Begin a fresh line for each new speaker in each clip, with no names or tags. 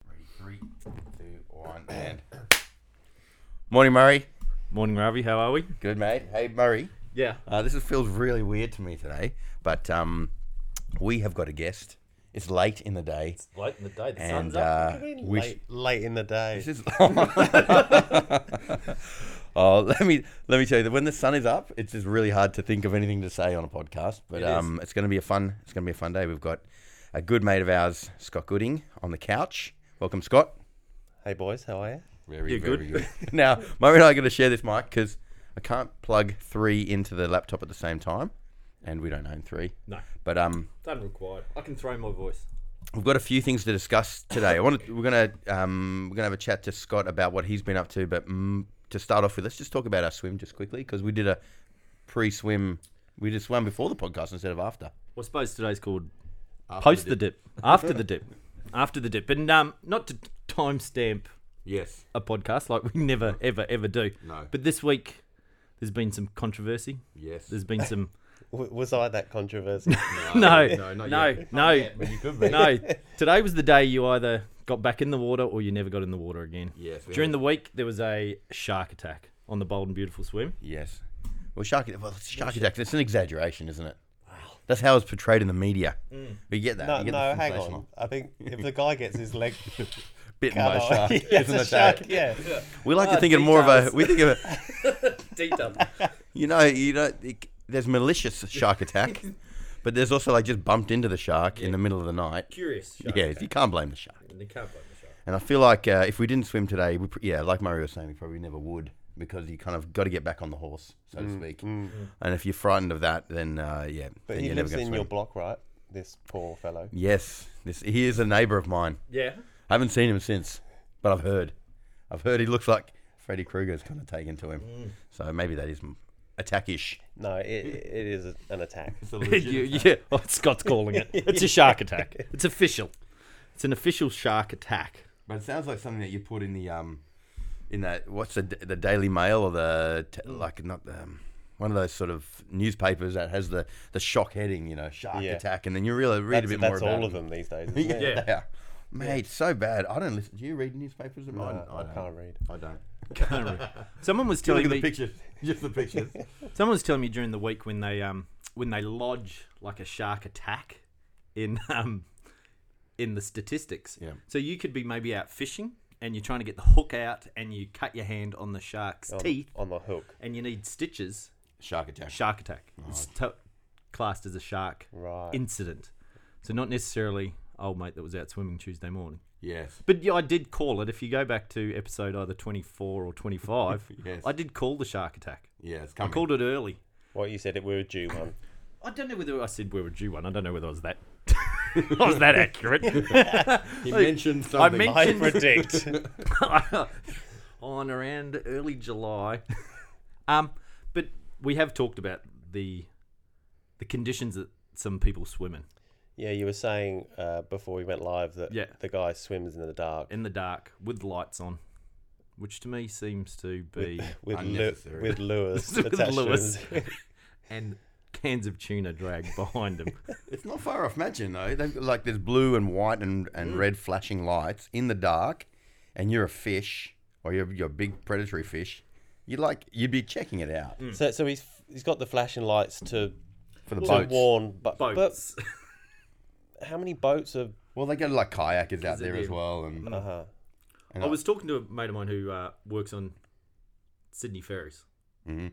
Morning, Murray.
Morning, Ravi. How are we?
Good, mate. Hey, Murray.
Yeah.
Uh, this is, feels really weird to me today, but um, we have got a guest. It's late in the day.
Late in the day. The
And
sun's up.
uh,
What do you mean
we sh-
late, late in the day.
this is oh, let me let me tell you that when the sun is up, it's just really hard to think of anything to say on a podcast. But
It is.
um, it's going to be a fun. It's going to be a fun day. We've got a good mate of ours, Scott Gooding, on the couch. Welcome, Scott.
Hey boys, how are you?
Very,
You
very
good?
good. now, Murray and I are going to share this mic because I can't plug three into the laptop at the same time, and we don't own three.
No,
But um,
it's unrequired. I can throw my voice.
we've got a few things to discuss today. I want to, we're gonna um, we're gonna have a chat to Scott about what he's been up to. But mm, to start off with, let's just talk about our swim just quickly because we did a pre-swim. We just swam before the podcast instead of after.
Well, I suppose today's called Post the Dip. After the Dip. After the Dip. And um, not to timestamp
Yes.
a podcast like we never, ever, ever do.
No.
But this week, there's been some controversy.
Yes.
There's been some.
W- was I that controversial?
no,
no,
no,
not
no,
yet.
no,
you could be.
no. Today was the day you either got back in the water or you never got in the water again.
Yes, we
During the week, there was a shark attack on the Bold and Beautiful Swim.
Yes. Well, shark. Well, it's shark attack. It's an exaggeration, isn't it? That's how it's portrayed in the media. We get that.
No,
you get
no,
the
hang
sensational.
on. I think if the guy gets his leg
Bitten
cut
by a
off,
shark.
yes,
isn't
a
it,
shark, Oh,
Dave?
yeah.
We like to
Ah,
think of more of a.
details.
We think of a.
Detail.
You know, you know, it, there's malicious shark attack, but there's also like just bumped into the shark in the middle of the night.
Curious. Shark
Yeah, you can't blame the shark.
And they can't blame the shark.
And I feel like uh, if we didn't swim today, we, pr- yeah, like Murray was saying, we probably never would because you kind of got to get back on the horse, so to speak. And if you're frightened of that, then uh, yeah,
Mm, But
then
he
you're never
lives
going
in
to swim.
your block, right? This poor fellow.
yes, this he is a neighbour of mine.
Yeah.
I haven't seen him since, but I've heard, I've heard he looks like Freddy Krueger's kind of taken to him. So maybe that is m- attackish.
No, it, it is a- an attack.
yeah. Oh, Scott's calling it. It's a shark attack. It's official. It's an official shark attack.
But it sounds like something that you put in the um, in that what's the the Daily Mail or the t- like not the, um, one of those sort of newspapers that has the the shock heading, you know, shark
Yeah.
attack, and then you really read
That's,
a bit more
that's
about
all
it.
of them these days. Isn't it?
Yeah.
They are. Mate, so bad. I don't listen. Do you read newspapers?
No,
I,
I, can't read.
I don't.
Someone was
Look
telling
at the
me.
pictures. Just the pictures.
Someone was telling me during the week when they um when they lodge like a shark attack in um in the statistics.
Yeah.
So you could be maybe out fishing and you're trying to get the hook out and you cut your hand on the shark's
Oh.
On,
teeth
on the hook.
and you need stitches.
Shark attack.
Shark attack. It's to- classed as a shark
Right.
incident. So not necessarily old mate that was out swimming Tuesday morning.
Yes.
But yeah, I did call it. If you go back to episode either 24 or 25,
Yes.
I did call the shark attack.
Yeah, it's
I
coming.
called it early.
What you said, it we were due one.
I don't know whether I said we were due one. I don't know whether I was that. I was that accurate.
he mentioned
I
something.
I
mentioned
predict.
on around early July. Um, but we have talked about the the conditions that some people swim in
yeah, you were saying uh, before we went live that
Yeah.
the guy swims in the dark
in the dark with lights on, which to me seems to be
with lu-
Unnecessary.
with lures
With
attached to
lures.
his-
and cans of tuna dragged behind them.
It's not far off matching though. They've got, like there's blue and white and,
Mm.
and red flashing lights in the dark, and you're a fish or you're, you're a big predatory fish. You'd like you'd be checking it out
Mm.
So, so he's he's got the flashing lights to
for the
to
boats.
warn, but,
Boats.
but how many boats are?
Well, they go to like kayakers out
they
there as
do.
well, and
Uh huh.
and
I was talking to a mate of mine who uh, works on Sydney ferries.
Mhm.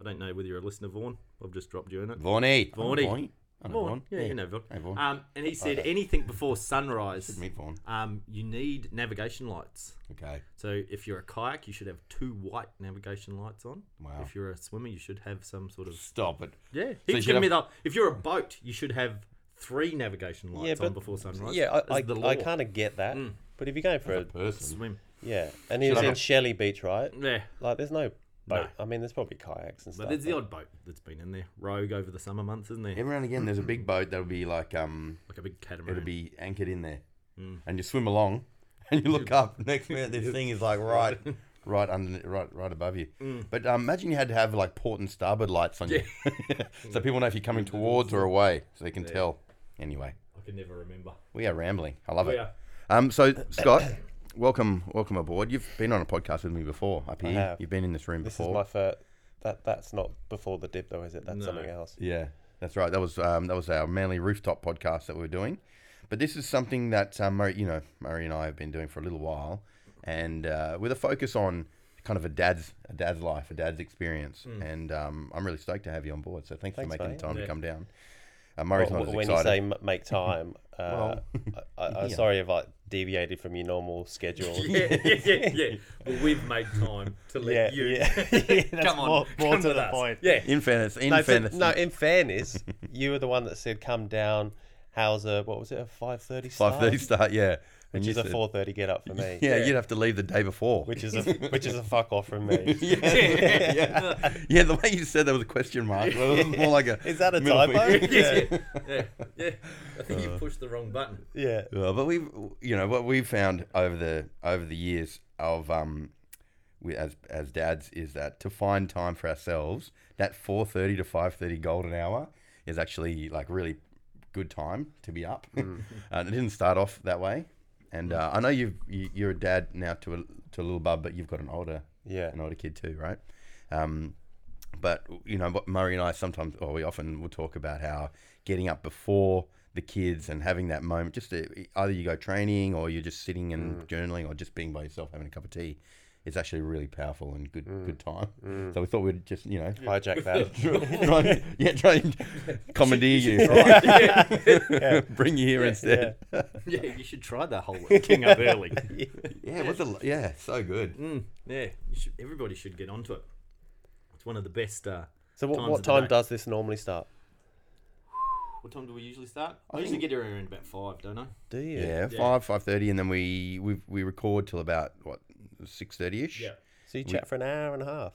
I don't know whether you're a listener, Vaughan. I've just dropped you in it.
Vaughnie. I know
Vaughnie.
Vaughn. I know Vaughn.
yeah, you know E. Vaughan.
Hey, Oh, Vaughn.
Um, and he said anything before sunrise,
Meet Vaughn.
um, you need navigation lights.
Okay.
So if you're a kayak, you should have two white navigation lights on.
Wow.
If you're a swimmer, you should have some sort of
Stop it.
yeah.
you
He was
should
giving me
have-
the. If you're a boat, you should have three navigation lights
Yeah,
on
but-
before sunrise.
Yeah, I, I,
That's the law.
I kind of get that,
Mm.
but if you're going for a,
Person.
swim.
yeah, and he was
I
in
not-
Shelley Beach, right?
Yeah,
Like, there's no boat. I mean, there's probably kayaks and
Mm. but
stuff.
there's the odd boat that's been in there, rogue over the summer months, isn't there?
Every now and again, there's a big boat that'll be like um,
Like a big catamaran.
it'll be anchored in there, and you swim along, and you look up. Next minute, this thing is like right, right under, right, right above you. But um, imagine you had to have like port and starboard lights on you, so people know if you're coming towards or away, so they can tell. Anyway,
I can never remember.
we are rambling. I love
We
it.
are.
Um, so Scott, welcome, welcome aboard. You've been on a podcast with me before up here.
have.
You've been in this room
This
before.
is my first. That that's not before the dip though, is it? That's
No.
something else.
Yeah, that's right. That was um, that was our Manly Rooftop podcast that we were doing, but this is something that um, Murray, you know Murray and I have been doing for a little while, and uh, with a focus on kind of a dad's a dad's life, a dad's experience, and um, I'm really stoked to have you on board. So thanks,
Mm. Thanks,
for making
mate.
the time
Yeah.
to come down. Uh, Murray's
Well,
not as
when
excited.
you say m- make time, uh, I, I, I'm
yeah.
sorry if I deviated from your normal schedule.
yeah, yeah, yeah, yeah. Well, we've made time to let
yeah,
you.
yeah. Yeah, that's
come on,
more, more
come
to
with
the
us.
point.
Yeah,
in fairness, in
No, so-
fairness,
no, in fairness, you were the one that said come down. How's a what was it a five thirty start?
five thirty start, yeah, and
which
you
is a
said-
four thirty get up for me.
Yeah, you'd have to leave the day before.
which is a which is a fuck off from me.
yeah, yeah. yeah, the way you said that was a question mark. It was more like a
Is that a
middle finger.
typo?
yeah, yeah, yeah. I think you pushed the wrong button.
Yeah,
Yeah, but we've you know what we've found over the over the years of um we as as dads is that to find time for ourselves that 4:30 to 5:30 golden hour is actually like really good time to be up and it didn't start off that way and uh, I know you've you, you're a dad now to a to a little bub but you've got an older
yeah.
an older kid too right um but you know what Murray and I sometimes or we often will talk about how getting up before the kids and having that moment just to, either you go training or you're just sitting and journaling or just being by yourself having a cup of tea is actually really powerful and good good time so we thought we'd just you know
Hijack that.
try and, yeah try and commandeer you,
yeah,
bring you here instead yeah.
yeah, you should try the whole waking up early.
it was a lo- yeah so good
Mm, yeah, you should, everybody should get onto it. It's one of the best. Uh,
So what,
Times
what
of the
time
day.
does this normally start?
what time do we usually start? I, usually get here around about five, don't I?
Do you?
yeah,
Yeah.
five five thirty and then we we, we record till about what six thirty ish
So you chat for an hour and a half.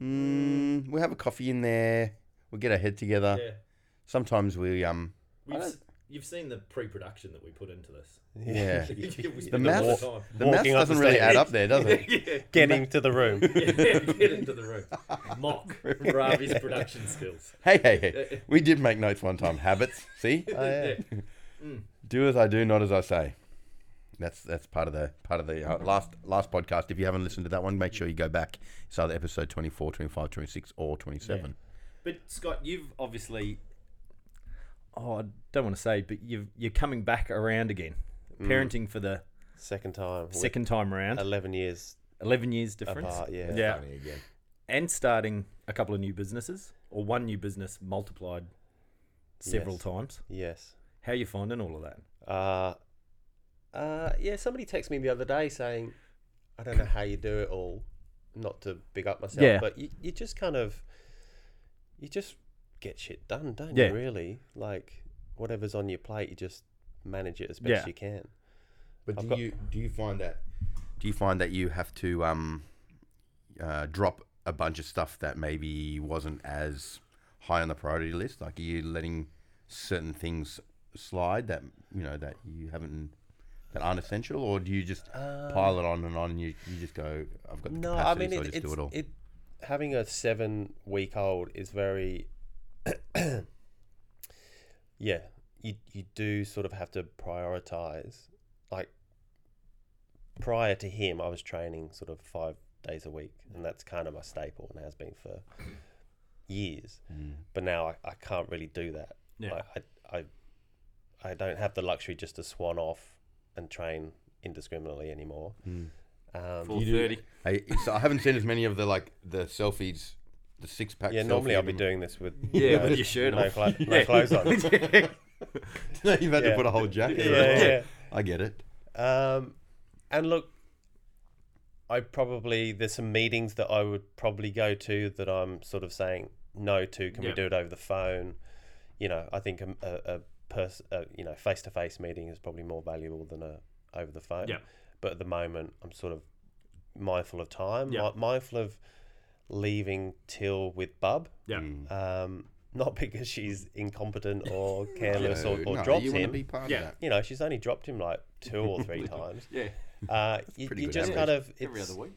Mm, we have a coffee in there. We get our head together.
yeah.
Sometimes we um
We've,
don't-
s- you've seen the pre-production that we put into this.
yeah.
we spend
the
a
math
lot of
the
Walking
math
up the
doesn't really add
stairs.
up there, does
time.
it?
yeah,
Getting to the room.
yeah, get into the room. Mock Ravi's production skills.
hey, hey, hey. We did make notes one time. Habits. See, Oh,
yeah. Mm.
do as I do, not as I say. That's that's part of the part of the uh, last last podcast. If you haven't listened to that one, make sure you go back. It's either episode 24, 25, 26, or twenty seven.
But Scott, you've obviously, oh, I don't want to say, but you've you're coming back around again,
Hmm.
parenting for the
Mm. Second time. We're
second time around.
Eleven years
Eleven years difference.
apart. Yeah.
Yeah,
Starting again.
uh,
and starting a couple of new businesses or one new business multiplied several
Yes.
times.
Yes.
How you finding all of that?
Uh, uh, yeah. Somebody texted me the other day saying, "I don't know how you do it all." Not to big up myself,
Yeah.
but you, you just kind of, you just get shit done, don't
Yeah.
you? Really, like whatever's on your plate, you just manage it as best
Yeah.
you can.
But
I've
do
got-
you do you find that do you find that you have to um, uh, drop a bunch of stuff that maybe wasn't as high on the priority list? Like, are you letting certain things slide that you know that you haven't that aren't essential, or do you just pile it on and on and you, you just go? I've got the
No, I
capacity,
mean
so I
it,
just
it's
do it all.
it. Having a seven-week-old is very, yeah. You you do sort of have to prioritize. Like prior to him, I was training sort of five days a week, and that's kind of my staple and has been for years.
Mm.
But now I, I can't really do that.
Yeah.
Like, I, I I don't have the luxury just to swan off and train indiscriminately anymore.
Hmm.
Um,
Four thirty.
I, so I haven't seen as many of the like the selfies, the six pack.
Yeah, normally I'll be doing this with
Yeah,
you know,
with your shirt
no
off.
clo- no clothes on.
You've had to
Yeah.
put a whole jacket. on.
Yeah, yeah.
I get it.
Um, and look, I probably there's some meetings that I would probably go to that I'm sort of saying no to. Can
Yeah.
we do it over the phone? You know, I think a, a, a person, you know, face to face meeting is probably more valuable than a over the phone.
Yeah.
But at the moment, I'm sort of mindful of time,
Yeah.
mi- mindful of leaving till with Bub.
Yeah.
Mm.
Um, not because she's incompetent or careless or, or
no,
drops
you wanna
him.
be part
Yeah.
of that.
you know, she's only dropped him like two or three times.
Yeah.
Uh, you
pretty
you
good
just
average.
kind of
Every
it's,
other week.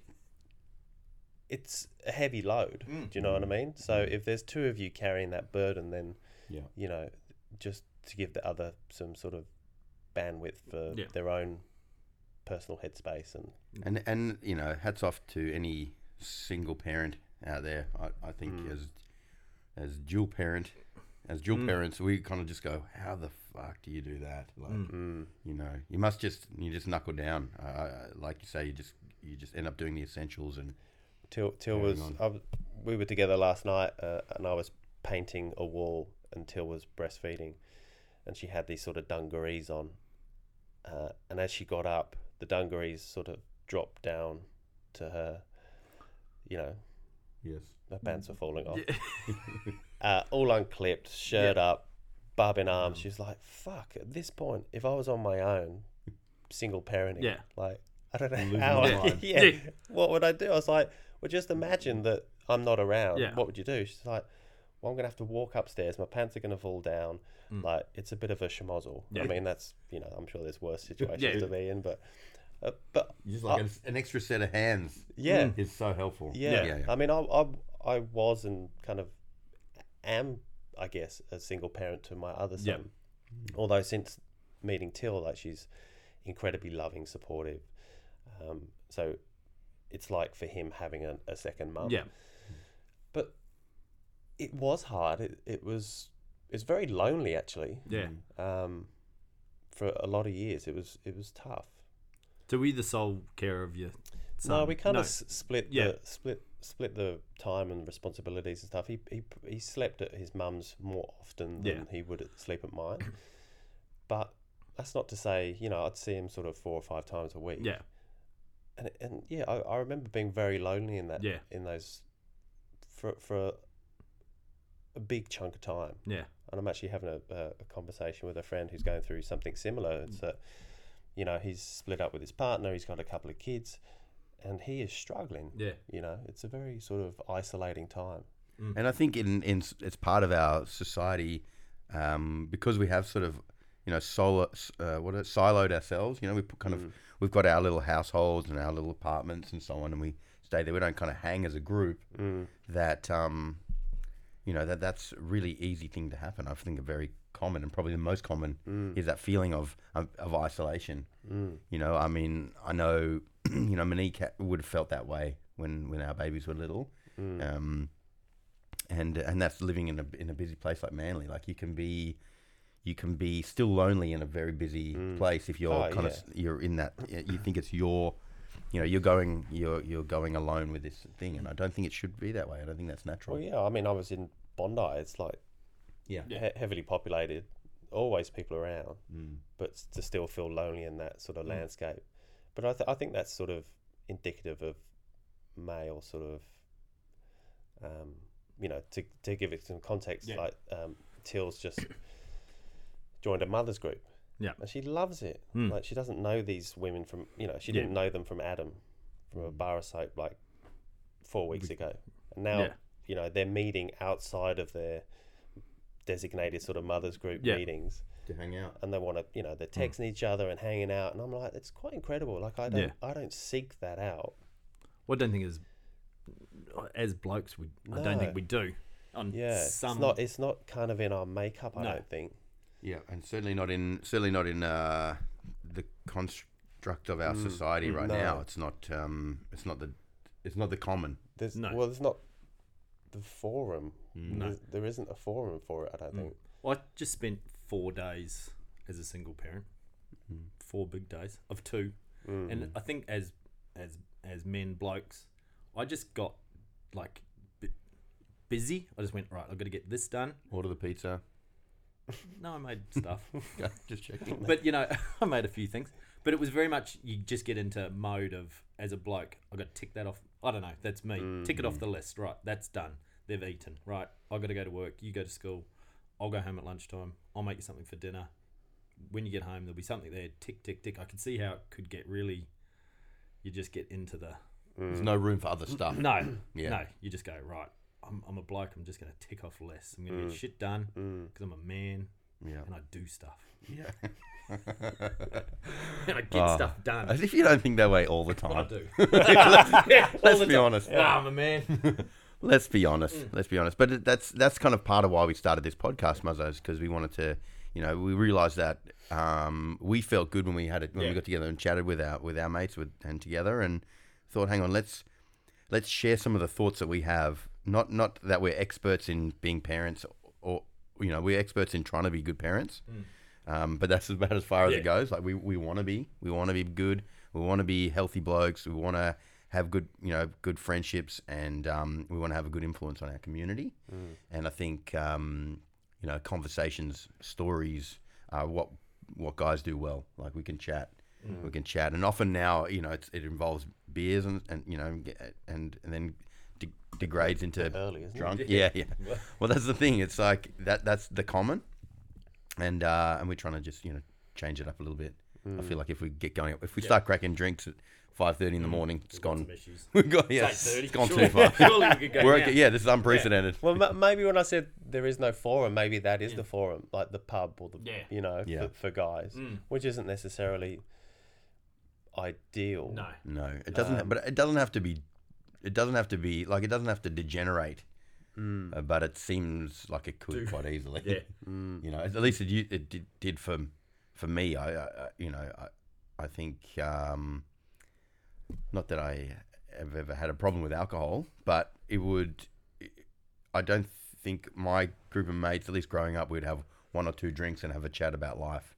it's a heavy load.
Mm.
Do you know what I mean? So if there's two of you carrying that burden, then
Mm. Yeah.
you know, just to give the other some sort of bandwidth for
Yeah.
their own personal headspace and
And and you know, hats off to any single parent out there. I, I think as as dual parent, as dual parents, we kind of just go, how the fuck do you do that? Like,
mm.
you know, you must just you just knuckle down. Uh, uh, like you say, you just you just end up doing the essentials and
Till Till was I was we were together last night uh, and I was painting a wall and Till was breastfeeding and she had these sort of dungarees on uh, and as she got up the dungarees sort of dropped down to her you know
yes,
her pants were falling off uh, all unclipped shirt up bub in arms she was like fuck at this point if I was on my own single parenting
Yeah.
like I don't know how I-
mind.
yeah.
Yeah.
What would I do? I was like, well, just imagine that I'm not around.
Yeah.
What would you do? She's like, well, I'm going to have to walk upstairs. My pants are going to fall down. Like, it's a bit of a schmozzle.
Mm. Yeah.
I mean, that's, you know, I'm sure there's worse situations to be in, but, uh, but
you just like an- Oh, an extra set of hands.
Mm.
yeah,
is so helpful.
yeah.
yeah,
I mean, I, I, I was and kind of am, I guess, a single parent to my other son.
Yeah.
Although since meeting Till, like she's incredibly loving, supportive. Um, so it's like for him having a, a second mum.
Yeah.
But it was hard. It, it was. It's very lonely, actually.
Yeah.
Um, for a lot of years, it was it was tough.
So we the sole care of your son?
No, we kind
Um, No.
of s split
Yeah.
the split split the time and responsibilities and stuff. He he, he slept at his mum's more often than
Yeah.
he would at- sleep at mine. But that's not to say you know I'd see him sort of four or five times a week.
Yeah.
and and yeah, I, I remember being very lonely in that.
Yeah.
in those for for a, a big chunk of time.
Yeah.
And I'm actually having a, a, a conversation with a friend who's going through something similar. It's that, you know, he's split up with his partner, he's got a couple of kids, and he is struggling.
Yeah.
You know, it's a very sort of isolating time.
And I think in, in it's part of our society um, because we have sort of you know solo uh, what is it, siloed ourselves. You know, we put kind of we've got our little households and our little apartments and so on, and we stay there. We don't kind of hang as a group. That um, you know that that's a really easy thing to happen. I think a very common and probably the most common
Mm.
is that feeling of of, of isolation. You know, I mean, I know you know Monique ha- would have felt that way when when our babies were little.
Mm.
Um, and and that's living in a in a busy place like Manly. Like you can be, you can be still lonely in a very busy place if you're
Oh,
kind of you're in that you think it's your, you know, you're going you're you're going alone with this thing, and I don't think it should be that way. I don't think that's natural.
Well, yeah, I mean, I was in Bondi, it's like
Yeah.
he- heavily populated, always people around,
Mm.
but s- to still feel lonely in that
Mm.
sort of landscape. But I, th- I think that's sort of indicative of male sort of, um, you know, to, to give it some context,
Yeah.
like um, Till's just joined a mother's group.
Yeah.
And she loves it.
Mm.
Like she doesn't know these women from, you know, she
Yeah. Mm.
didn't know them from Adam, from a bar of soap like four weeks ago. And now,
Yeah.
you know, they're meeting outside of their designated sort of mothers group
Yeah.
meetings
To hang out.
and they want to you know
Hmm.
they're texting each other and hanging out and i'm like it's quite incredible like i don't
Yeah.
i don't seek that out
What I don't think is, as blokes, we I don't
No.
think we do. On
yeah
some
it's not e- it's not kind of in our makeup i
No.
don't think
Yeah, and certainly not in certainly not in uh, the construct of our society right
no.
now. It's not um, it's not the it's not the common.
there's
No.
well there's not the forum
No. Hmm.
There's- there isn't a forum for it i don't think
Well, I just spent four days as a single parent,
Hmm.
four big days of two, and I think as as as men blokes, I just got like bu- busy. I just went right. I've got to get this done.
Order the pizza.
No, I made stuff,
Just checking.
but you know, I made a few things. But it was very much you just get into mode of as a bloke. I got to tick that off. I don't know. That's me. Tick it off the list. Right. That's done. They've eaten. Right. I got to go to work. You go to school. I'll go home at lunchtime. I'll make you something for dinner. When you get home, there'll be something there. Tick, tick, tick. I could see how it could get really. You just get into the
There's no room for other stuff.
no,
Yeah.
no. You just go right. I'm, I'm a bloke. I'm just going to tick off lists. I'm going to get shit done because I'm a man
Mm. Yeah.
and I do stuff
Yeah. Ah.
and I get stuff done.
As if you don't think that way all the
I
time.
do.
Let's be honest.
Nah, I'm a man.
Let's be honest. Let's be honest. But it- that's that's kind of part of why we started this podcast, Muzzos, because we wanted to, you know, we realized that um, we felt good when we had it when
Yeah.
we got together and chatted with our with our mates with, and together and thought, hang on, let's let's share some of the thoughts that we have. Not not that we're experts in being parents or you know we're experts in trying to be good parents, um, but that's about as far as
Yeah.
it goes. Like we, we want to be we want to be good. We want to be healthy blokes. We want to have good you know good friendships and um, we want to have a good influence on our community. And I think um, you know conversations stories are uh, what what guys do well. Like we can chat, we can chat, and often now you know it's, it involves beers and, and you know ge- and and then de- degrades into
Early, isn't it?
drunk. Yeah, yeah. Well, that's the thing. It's like that. That's the common, and uh, and we're trying to just you know change it up a little bit. I feel like if we get going, if we start cracking drinks at five thirty in the morning, it's gone.
Some issues.
We've got yeah,
It's eight thirty.
it's gone
Surely-
too far.
Surely we could go
We're
now.
okay. Yeah, this is unprecedented.
Well, ma- maybe when I said there is no forum, maybe that is the forum, like the pub or the,
Yeah. Mm.
you know,
Yeah.
for, for guys, which isn't necessarily ideal.
No.
No, it doesn't.
Um,
ha- but it doesn't have to be. It doesn't have to be like it doesn't have to degenerate. Uh, but it seems like it could quite easily.
Hmm. Yeah. Hmm.
You know, at least it u- it did, did for for me. I, I I- you know I I think um, not that I have ever had a problem with alcohol, but it would. I don't think my group of mates, at least growing up, we'd have one or two drinks and have a chat about life.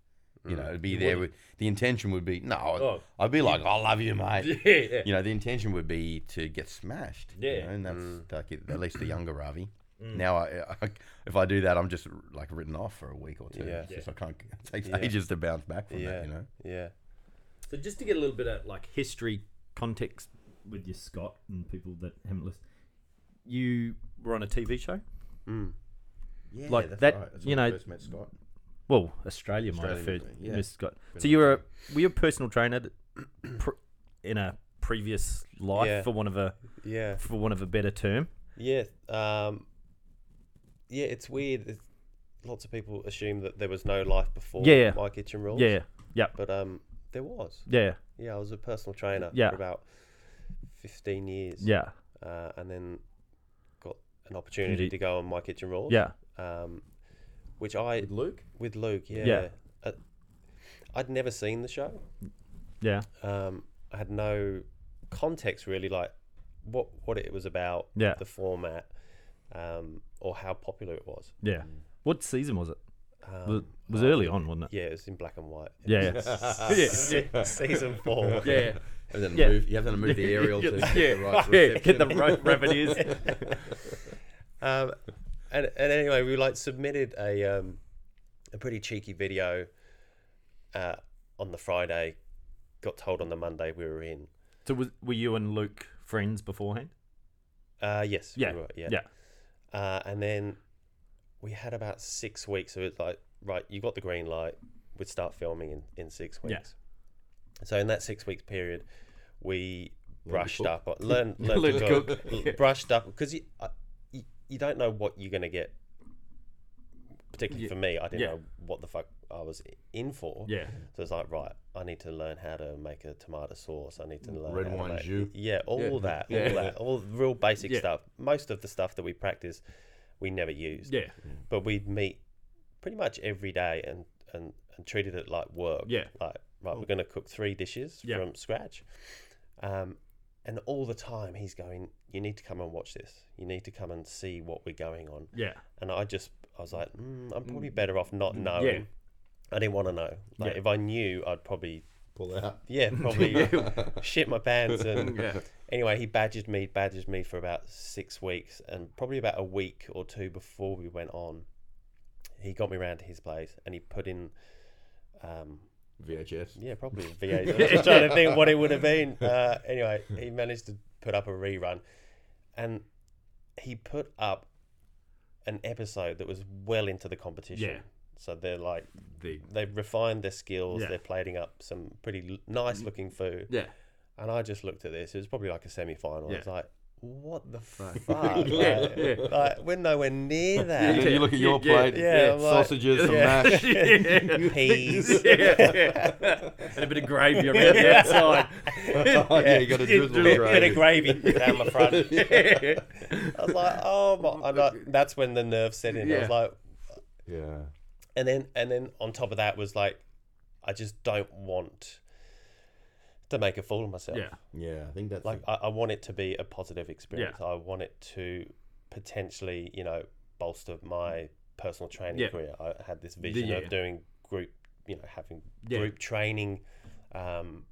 You know, it'd be there. With, the intention would be no.
Hmm. Oh.
I'd be like, I love you, mate
Yeah. yeah.
you know, the intention would be to get smashed. you
Yeah.
know, and that's like it- at least the younger Ravi. Now, I, I, if I do that, I'm just like written off for a week or two.
Yeah.
It's just I can't. It takes ages to bounce back from
Yeah.
that. You know.
Yeah.
So just to get a little bit of like history context with your Scott and people that haven't listened, you were on a TV show.
Mm.
Yeah,
Like that's that, right. That's you when I know- first
met Scott.
Well, Australia might have
Australia,
heard
yeah.
Miss Scott. So you were a, were you a personal trainer that- pr- in a previous life,
Yeah.
for one of a
Yeah.
for one of a better term.
Yeah. Um, yeah, it's weird. It's, lots of people assume that there was no life before
Yeah.
My Kitchen Rules.
Yeah, yeah,
But um, there was.
yeah,
Yeah, I was a personal trainer
Yeah.
for about 15 years.
yeah,
Uh, and then got an opportunity to go on My Kitchen Rules.
yeah,
Um, which I
Luke.
with Luke, yeah.
Yeah.
Uh, I'd never seen the show.
yeah,
Um, I had no context really, like what what it was about,
Yeah.
the format, um, or how popular it was.
yeah. What season was it?
Um,
Was, it- was early on, wasn't it?
yeah, it was in black and white.
Yeah, yeah, yeah,
Season four.
yeah.
And then
Yeah.
move, you have to move the aerial to
Yeah.
get the right
yeah.
reception.
Get the ro- revenues.
Um, and, and anyway, we like submitted a um, a pretty cheeky video uh, on the Friday. Got told on the Monday we were in.
So was, were you and Luke friends beforehand?
Uh, yes. we
Yeah,
were,
Yeah.
yeah. Uh, and then we had about six weeks. So it's like, right, you got the green light. We'd start filming in, in six
Yeah.
weeks. So in that six weeks period, we
to
brushed
cook.
up, learned, learned
Learned
to
to
cook,
cook. Yeah.
brushed up because you, uh, you you don't know what you're gonna get. Particularly
Ye-
for me, I didn't
yeah.
know what the fuck I was i- in for.
Yeah.
So it's like, right, I need to learn how to make a tomato sauce. I need to learn
Red
how to
wine
make-
jus.
Yeah, all
Yeah.
that,
Yeah.
all that, all the real basic
Yeah.
stuff. Most of the stuff that we practice, we never used.
Yeah.
But we'd meet pretty much every day and and and treated it like work.
Yeah.
Like right, we're going to cook three dishes
Yeah.
from scratch. Um, and all the time he's going, you need to come and watch this. You need to come and see what we're going on.
Yeah.
And I just, I was like, mm, I'm probably better off not knowing.
Mm, Yeah.
I didn't want to know. Like,
Yeah.
if I knew, I'd probably
Pull out.
yeah, probably shit my pants. And
Yeah.
anyway, he badgered me, badgered me for about six weeks, and probably about a week or two before we went on, he got me round to his place, and he put in, um,
VHS.
yeah, probably a VHS. I'm just trying to think what it would have been. Uh, anyway, he managed to put up a rerun, and he put up an episode that was well into the competition.
Yeah.
So they're like
The,
they've refined their skills.
Yeah. Mm.
They're plating up some pretty l- nice looking food.
yeah.
And I just looked at this. It was probably like a semi final.
Yeah.
It's like, what the fuck?
Yeah,
Like,
yeah.
like, we're nowhere near
You,
that.
you look at
Yeah,
your
yeah,
plate.
yeah, I'm like-
sausages, some
Yeah.
mash.
yeah.
Peas.
And a bit of gravy around the outside.
Oh, yeah, you got a
Yeah,
drizzle
drizzle.
of
Bit bit of
gravy.
gravy down my front. I was like, oh my! And I, that's when the nerve set in. I
Yeah.
was like,
Yeah.
and then and then on top of that was like I just don't want to make a fool of myself.
Yeah.
Yeah, I think that's
Like I, I want it to be a positive experience.
Yeah.
I want it to potentially, you know, bolster my personal training
Yeah.
career. I had this vision
yeah, yeah.
of doing group, you know, having
Yeah.
group training um,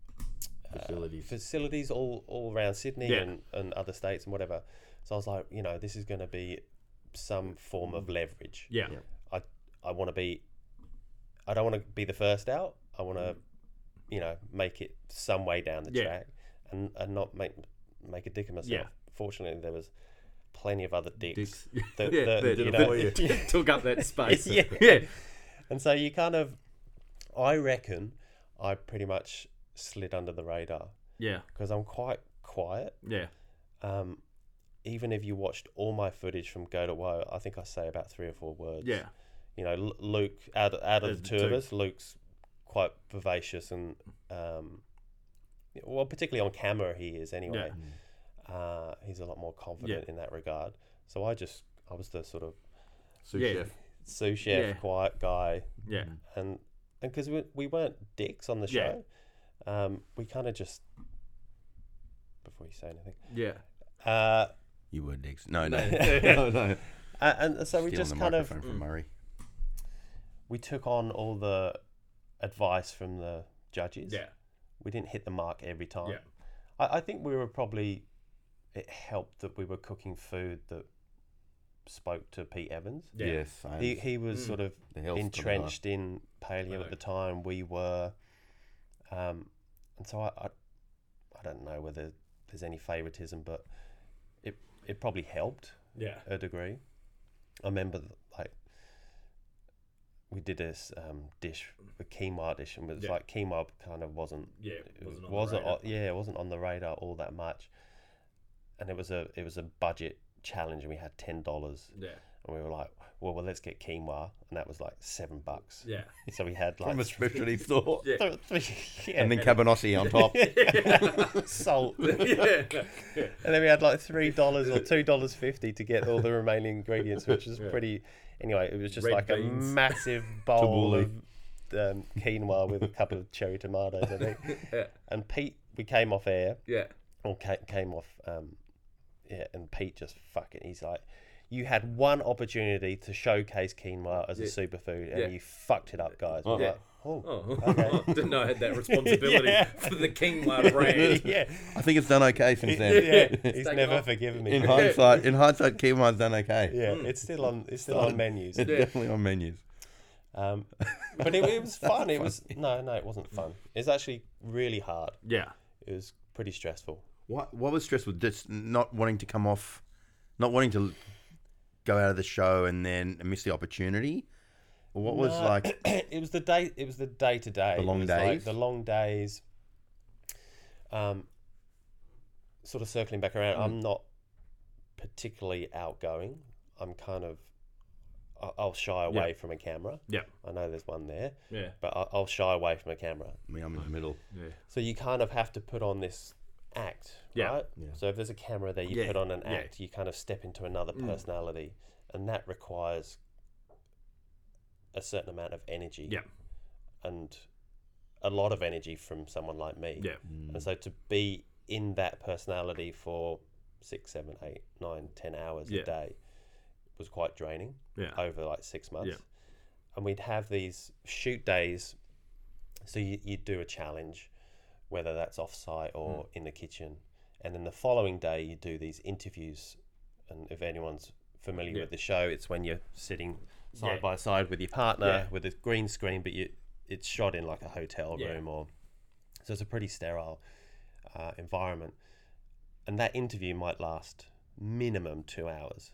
uh,
facilities.
facilities all, all around Sydney
Yeah.
and, and other states and whatever. So I was like, you know, this is going to be some form of leverage.
Yeah.
Yeah.
I I want to be. I don't want to be the first out. I want to, you know, make it some way down the
Mm. Yeah.
track and and not make make a dick of myself.
Yeah.
Fortunately, there was plenty of other dicks.
Dicks.
that-
yeah,
that,
that-
you
that-
know,
that took up that space.
Yeah.
yeah.
and so you kind of, I reckon, I pretty much slid under the radar
Yeah.
because I'm quite quiet.
Yeah.
Um, even if you watched all my footage from Go to Woe, I think I say about three or four words.
Yeah.
you know, Lu- Luke out out of
There's
the two of
two.
us, Luke's quite vivacious and um, well, particularly on camera, he is anyway. Uh, he's a lot more confident in that regard. So I just I was the sort of
Sous
Yeah.
chef.
sous chef,
Yeah.
quiet guy,
Yeah.
and and because we we weren't dicks on the
Yeah.
show, um, we kind of just before you say anything.
Yeah.
Uh,
You were dicks. No, no,
No.
no, no.
a- and so we
Stealing
just
the
kind of
microphone
Mm.
from Murray.
we took on all the advice from the judges.
Yeah.
we didn't hit the mark every time.
Yeah.
I, I think we were probably it helped that we were cooking food that spoke to Pete Evans.
Yeah.
Yes, I
He
am.
he was sort of
The health of the
entrenched in paleo
Hmm. Right.
at the time. We were, um, and so I, I I don't know whether there's any favoritism, but it it probably helped
Yeah.
a degree. I remember like we did this um, dish, a quinoa dish, and it was
Yeah.
like quinoa kind of wasn't
Yeah.
it
wasn't
wasn't,
on the radar.
on- yeah it wasn't on the radar all that much and it was a it was a budget challenge and we had ten dollars
Yeah.
and we were like well well let's get quinoa and that was like seven bucks
Yeah.
so we had like
From a specialty store.
Yeah.
th- three, yeah,
And then Cabanossi on top.
salt and
yeah. yeah.
then we had like three dollars or two dollars fifty to get all the remaining ingredients which was pretty anyway it was just
Red
like
beans.
a massive bowl
Tabbouleh.
of um, quinoa with a couple of cherry tomatoes I think
Yeah.
and Pete we came off air
Yeah.
all ca- came off. Um, yeah, and Pete just fucking. He's like, you had one opportunity to showcase quinoa as a superfood, and
Yeah.
you fucked it up, guys. We're
Yeah.
like, oh,
Oh, didn't know I had that responsibility
Yeah.
for the quinoa brand.
yeah,
I think it's done okay since then.
yeah.
It's
He's
taken
never
off.
forgiven me.
In
for that.
hindsight, in hindsight, quinoa's done okay.
yeah,
Mm.
it's still on. It's still on menus.
It's definitely on menus.
Um, but it, it was fun. It was no, no, it wasn't fun. It's actually really hard.
Yeah.
It was pretty stressful.
What What was stressful? Just not wanting to come off, not wanting to go out of the show and then miss the opportunity. Or what was
No,
like?
it was the day it was the day to day
The long days?
the long days um sort of circling back around i'm
Mm.
not particularly outgoing i'm kind of I- i'll shy away from a camera
Yeah.
i know there's one there
Yeah.
but I- i'll shy away from a camera
I mean, I'm in the middle.
Yeah.
so you kind of have to put on this act
Yeah.
right so if there's a camera there you
Yeah,
put on an
yeah. Mm.
act you kind of step into another personality and that requires a certain amount of energy
Yeah.
and a lot of energy from someone like me.
Yeah.
And so to be in that personality for six, seven, eight, nine, ten hours
Yeah.
a day was quite draining
Yeah.
over like six months. And we'd have these shoot days. So you, you'd do a challenge, whether that's off site
Mm.
or in the kitchen. And then the following day, you do these interviews. And if anyone's familiar
Yeah.
with the show, it's when you're sitting side
Yeah.
by side with your partner
Yeah.
with a green screen, but you, it's shot in like a hotel
Yeah.
room or. So it's a pretty sterile uh, environment. And that interview might last minimum two hours.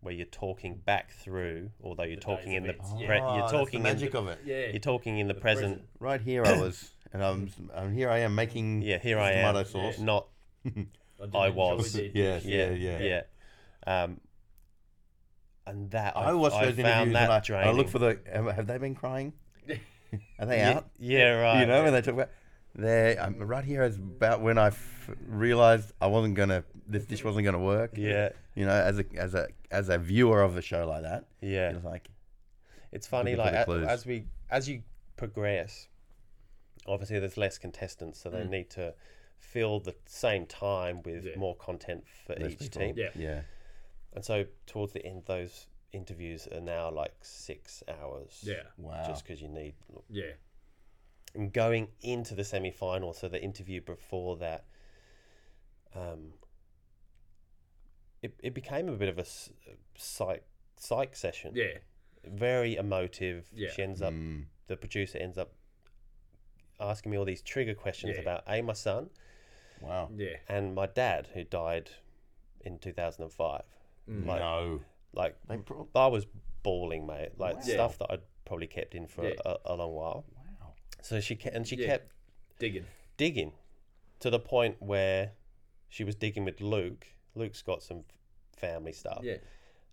Where you're talking back through, although you're talking
days
in
of
the
it. Oh,
pre- you're talking in
magic of it.
Yeah.
you're talking in the present.
Right here, I was, and I'm, and here I am making.
Yeah, here I am.
tomato sauce.
Not
did
I
enjoy
was.
the-
Yes, yeah,
yeah, yeah,
yeah.
yeah. Um, and that I,
I watched those
found
interviews
that
and I,
draining.
I look for the. Have, have they been crying? Are they
yeah,
out?
yeah, right.
You know, when they talk about. They, um, right here is about when I f- realized I wasn't gonna. This dish wasn't gonna work.
Yeah.
You know, as a as a as a viewer of the show like that,
yeah.
it was like
It's funny,
Looking for
like
the
a-
clues.
as we as you progress, obviously there's less contestants, so they
Mm.
need to fill the same time with
Yeah.
more content for
Less
each
people.
team.
Yeah.
Yeah.
And so towards the end, those interviews are now like six hours.
Yeah.
Wow.
Just because you need
Yeah.
and going into the semi final, so the interview before that, um, it, it became a bit of a s- psych psych session.
Yeah.
Very emotive.
Yeah.
She ends up
Mm.
the producer ends up asking me all these trigger questions
Yeah.
about a my son
Wow.
Yeah.
and my dad who died in two thousand and five.
Mm.
Like,
no.
like
They brought.
I was bawling, mate. Like
Wow.
Yeah.
stuff that I'd probably kept in for
Yeah.
a, a long while.
Wow.
So she kept, and she
Yeah.
kept
Digging.
digging to the point where she was digging with Luke. Luke's got some f- family stuff.
Yeah.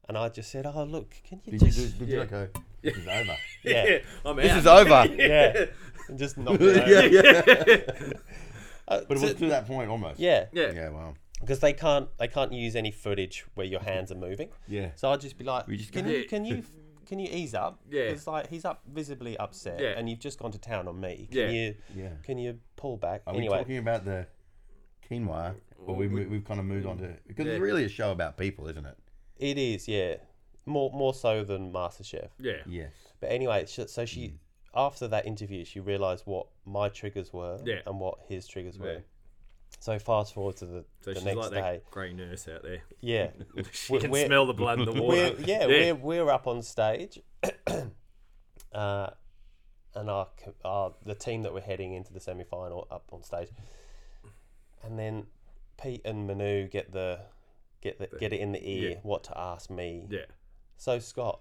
And I just said, Oh, look, can you
Did you
just.
do? Did you like go? This is over.
Yeah.
I'm
This
out.
is over.
Yeah. and just knock it over.
yeah, yeah.
Uh,
But it
so-
was to that point almost.
yeah.
Yeah.
Yeah. Wow.
Because they can't they can't use any footage where your hands are moving.
Yeah.
So I'd just be like,
We just
can,
go-
you, can you can you ease up?
Yeah.
It's like he's up visibly upset
Yeah.
and you've just gone to town on me. Can
Yeah.
you
Yeah.
can you pull back?
Are
anyway.
we talking about the quinoa, or we, we, we've kind of moved on to because it's really a show about people, isn't it?
It is, yeah. More more so than MasterChef.
Yeah.
Yes.
But anyway, sh so she
Hmm.
after that interview, she realised what my triggers were
Yeah.
and what his triggers
Yeah.
were. So fast forward to the,
So
the
she's
next
like
day,
that grey nurse out there.
yeah,
She
We're-
can
we're-
smell the blood in the water.
we're, yeah, we're we're up on stage, uh, and our, co- our the team that we're heading into the semi final up on stage, and then Pete and Manu get the get the, get it in the ear
yeah.
what to ask me.
Yeah.
So Scott,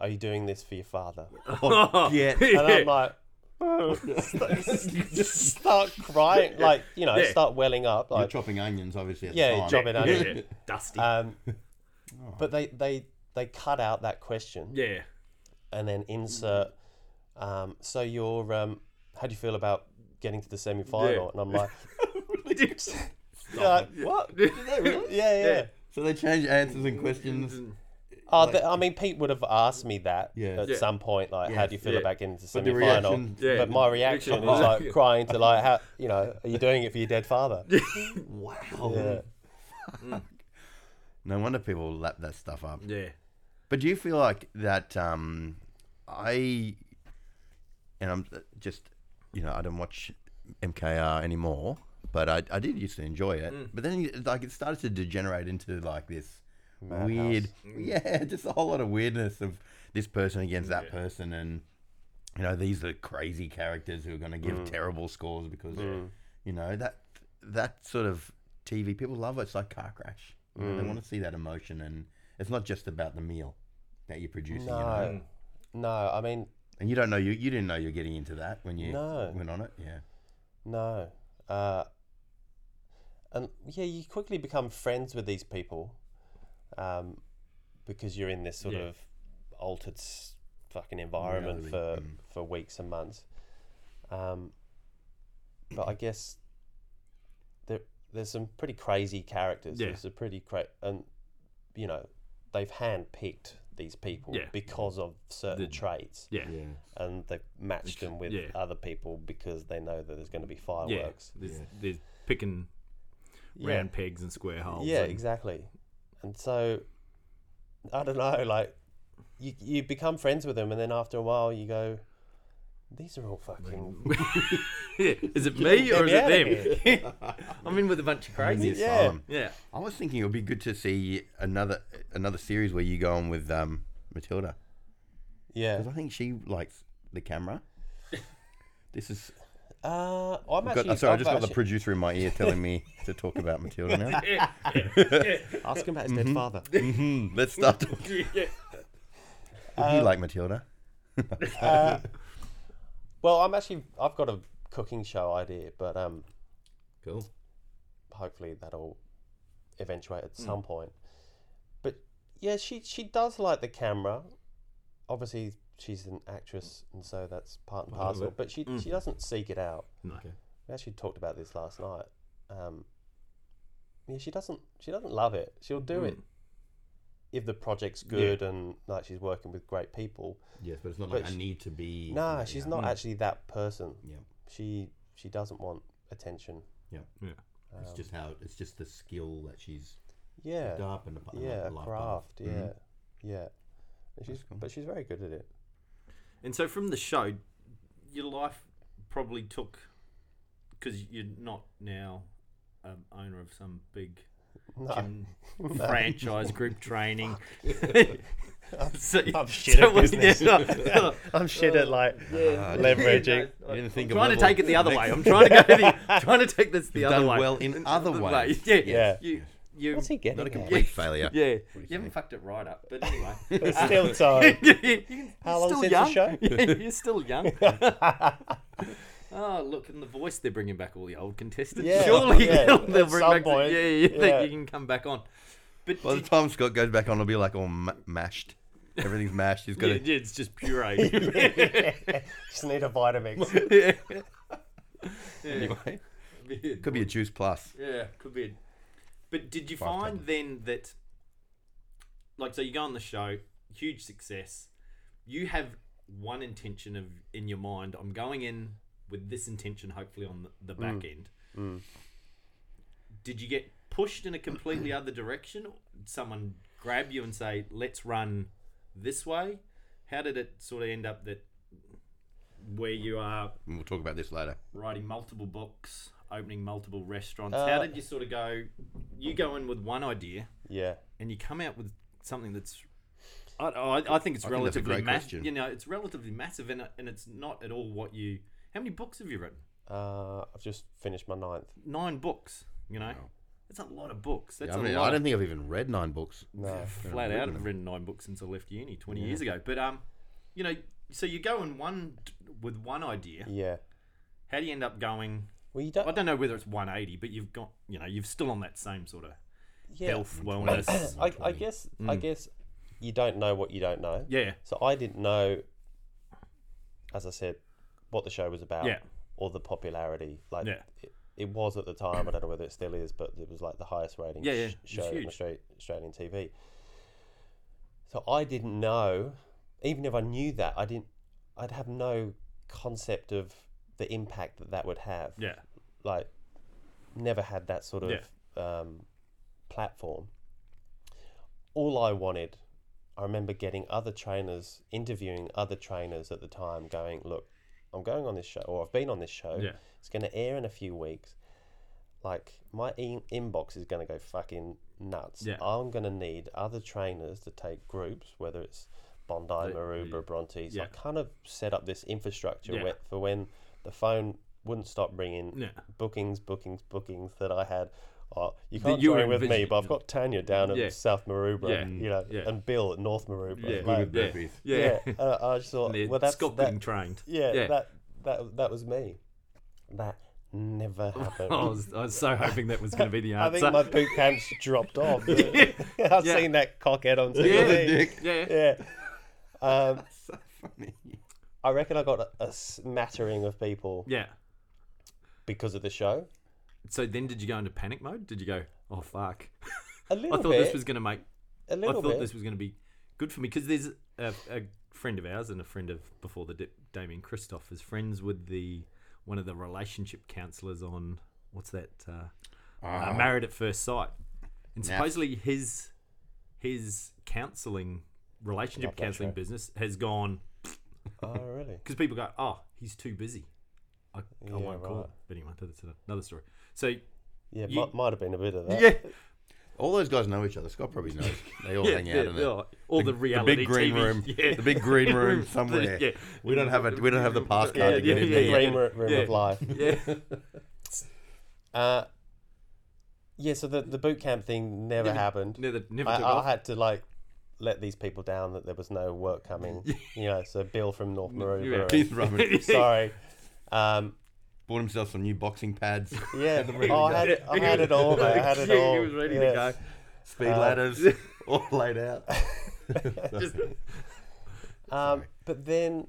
are you doing this for your father? Oh,
yeah.
and I'm like, just start crying, like you know,
Yeah.
start welling up,
You're
like
chopping onions, obviously. At
Yeah,
the time.
chopping
Yeah,
onions.
yeah. Dusty.
um. But they they they cut out that question
yeah.
and then insert. Um, so you're um, how do you feel about getting to the semi final?
Yeah.
And I'm like, you're like, what? Yeah, yeah.
Yeah.
So they change answers and questions.
Oh, th- I mean, Pete would have asked me that
Yeah.
at
Yeah.
some point, like, how do you feel
Yeah.
about getting to
But the
semi final?
reaction-
Yeah.
But my reaction is
Reaction.
like crying to like, how you know, are you doing it for your dead father?
Wow.
Yeah.
No wonder people lap that stuff up.
Yeah.
But do you feel like that? Um, I and I'm uh, just you know I don't watch MKR anymore, but I, I did used to enjoy it. But then it- like it started to degenerate into like this weird, yeah, just a whole lot of weirdness of this person against that person, and you know these are crazy characters who are going to give terrible scores because you know that that sort of TV people love it. It's like car crash. You know, They want to see that emotion, and it's not just about the meal that you're producing. You know?
Mm.
No, no. I mean,
And you don't know you you didn't know you're getting into that when you
No.
went on it. Yeah.
no. Uh, and yeah, you quickly become friends with these people, um, because you're in this sort
Yeah.
of altered s- fucking environment
Reality,
for
mm.
for weeks and months. Um, but I guess there there's some pretty crazy characters.
Yeah.
There's a pretty cra- and you know they've handpicked these people
Yeah.
because of certain traits.
Yeah.
Yeah.
and they've matched them with
yeah.
other people because they know that there's going to be
Yeah.
fireworks.
There's, there's picking
Yeah.
round pegs and square holes.
Yeah,
and-
exactly. And so, I don't know, like, you, you become friends with them, and then after a while, you go, these are all fucking.
Yeah. Is it me or is
Get me
it them? I'm in with a bunch of crazies.
Yeah.
Yeah.
um, I was thinking it would be good to see another another series where you go on with um, Matilda
Yeah.
because I think she likes the camera. This is.
Uh, I'm
Got,
actually.
oh, sorry, I
I've
just got the
actually-
producer in my ear telling me to talk about Matilda now.
Ask him about his dead father.
Hmm, Let's start. Talking.
Yeah.
Would
Um,
you like Matilda?
Well, I'm actually. I've got a cooking show idea, but um,
Cool.
hopefully that'll eventuate
Hmm.
at some point. But yeah, she she does like the camera. Obviously, she's an actress, and so that's part and
Part of
parcel.
it. Hmm.
But she she doesn't seek it out.
No.
We actually talked about this last night. Um, yeah, she doesn't she doesn't love it. She'll
Hmm.
do it if the project's good and like she's working with great people.
Yes, but it's not
like, But I she-
need to be.
Hmm.
Nah, she's not actually that person.
Yeah.
she she doesn't want attention.
Yeah.
um,
it's just how it's just the skill that she's
Yeah,
picked up and the
yeah,
life
craft.
path.
Yeah, yeah. And she's but she's very good at it.
And so from the show, your life probably took because you're not now um, owner of some big
No,
gym franchise group training. so,
I'm shit at
when-
business.
yeah, no,
I'm shit at like
Ah,
leveraging.
You didn't think
I'm
of
trying
level-
to take it the other way. I'm trying to go the, trying to take this the
You've
other
done
way.
well in other
The
ways.
Yeah.
Yeah.
You, you,
What's he getting?
Not a
at?
complete failure.
yeah. You
do you
haven't
think?
fucked it right up, but anyway.
There's still time.
You can- you're
How long
still
since
young.
the show?
Yeah, you're still young. oh, look, in the voice, they're bringing back all the old contestants.
Yeah,
Surely
yeah,
they'll, they'll
at
bring
some
back. the-
point,
yeah, you
yeah.
think you can come back on? But
By the
did-
time Scott goes back on, it'll be like all ma- mashed. Everything's mashed. He's got
yeah,
to
yeah, it's just pureed.
Just need a Vitamix.
yeah.
anyway.
Yeah.
Could be a juice plus.
Yeah, could be. But did you
Five
find
tablets.
then that, like, so you go on the show, huge success. You have one intention of in your mind. I'm going in with this intention, hopefully on the, the back end. Did you get pushed in a completely other direction? Someone grab you and say, "Let's run this way." How did it sort of end up that where you are
And we'll talk about this later.
writing multiple books, opening multiple restaurants.
Uh,
How did you sort of go? You go in with one idea
Yeah.
and you come out with something that's. I, I, I think it's
I think that's a
relatively
great
massive.
question.
You know, it's relatively massive, and, and it's not at all what you. How many books have you written?
Uh, I've just finished my ninth.
Nine books. You know, that's a lot of books. That's
I, mean,
a lot.
I don't think I've even read nine books.
No.
flat out. I've written nine books since I left uni twenty years ago. But um, you know, so you go in one with one idea.
Yeah.
How do you end up going?
Well, you
I
don't.
don't know whether it's 180, but you've got, you know, you've still on that same sort of
Yeah.
health, wellness.
I, I guess. I
Mm.
guess you don't know what you don't know.
yeah.
So I didn't know, as I said, what the show was about.
Yeah.
Or the popularity. Like.
Yeah.
It, it was at the time. I don't know whether it still is, but it was like the highest rating
Yeah, yeah,
sh-
it's
show on
huge.
Austra- Australian TV. So I didn't know. Even if I knew that, I didn't. I'd have no concept of the impact that that would have.
Yeah.
like never had that sort of
Yeah.
um, platform. All I wanted, I remember getting other trainers, interviewing other trainers at the time, going, "Look, I'm going on this show, or I've been on this show.
Yeah.
It's going to air in a few weeks. Like my in- inbox is going to go fucking nuts.
Yeah.
I'm going to need other trainers to take groups, whether it's Bondi, Maroubra, Brontes. I
Yeah.
kind of set up this infrastructure
Yeah.
where, for when the phone wouldn't stop ringing,
Yeah.
bookings, bookings, bookings that I had. Oh, you
That
can't
you were
join with me,
envisioning.
but I've got Tanya down at
Yeah.
South Maroubra,
Yeah.
you know,
Yeah.
and Bill at North Maroubra.
Yeah.
Like,
Yeah.
burpees.
Yeah.
yeah. and I I just thought,
yeah.
well, that's
Scott
that,
being trained.
yeah,
Yeah.
that that that was me. That never happened.
Oh,
I was, I was so hoping that was going to be the
I
answer.
think my boot camp's dropped off. I've
Yeah.
seen that cockhead on
Yeah.
TV.
Yeah.
Yeah. Um,
So funny.
I reckon I got a, a smattering of people
Yeah.
because of the show.
So then did you go into panic mode? Did you go, oh, fuck.
A
I
little
thought
bit.
this was going to make,
a
I
little
thought
bit.
this was going to be good for me because there's a, a friend of ours and a friend of before the dip, Damien Christoph is friends with the one of the relationship counselors on, what's that? Uh, uh, Married at First Sight. And supposedly his his counselling relationship
that
counselling
show.
business has gone
Oh, really?
because people go, oh, he's too busy. I, I won't call
right.
it. But anyway, that's another story. So
Yeah,
You-
mi- might have been a bit of that.
yeah,
All those guys know each other. Scott probably knows. They all
yeah,
hang out
yeah,
in it.
yeah. All the,
the
reality
big green
TV
room.
yeah.
The big green room
The-
somewhere.
yeah.
We don't have a we don't have the pass card
Yeah,
to get
yeah,
in
yeah,
there.
yeah.
Green ro- room
Yeah.
of life.
Yeah,
Uh, yeah, so the, the boot camp thing never happened.
never, never
I,
took
I
off.
had to like let these people down that there was no work coming. you know, so Bill from North Maroon.
Keith Robin
Sorry. Um,
bought himself some new boxing pads,
yeah, oh, I, had, I had it all. mate, I had it
Yeah,
all.
He was ready
Yeah.
to
speed ladders, all laid out.
go. Just,
Um, but then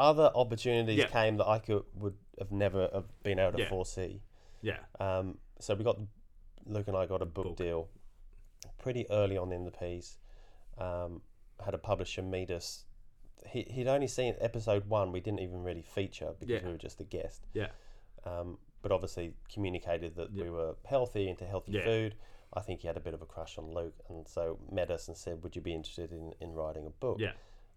other opportunities
Yeah.
came that I could would have never have been able to
Yeah.
foresee.
yeah,
Um, so we got Luke and I got a book,
Book.
deal pretty early on in the piece. Um, had a publisher meet us he, he'd only seen episode one. We didn't even really feature because
Yeah.
we were just a guest.
Yeah.
Um, but obviously communicated that
Yeah.
we were healthy into healthy
Yeah.
food. I think he had a bit of a crush on Luke, and so met us and said, "Would you be interested in, in writing a book?"
Yeah.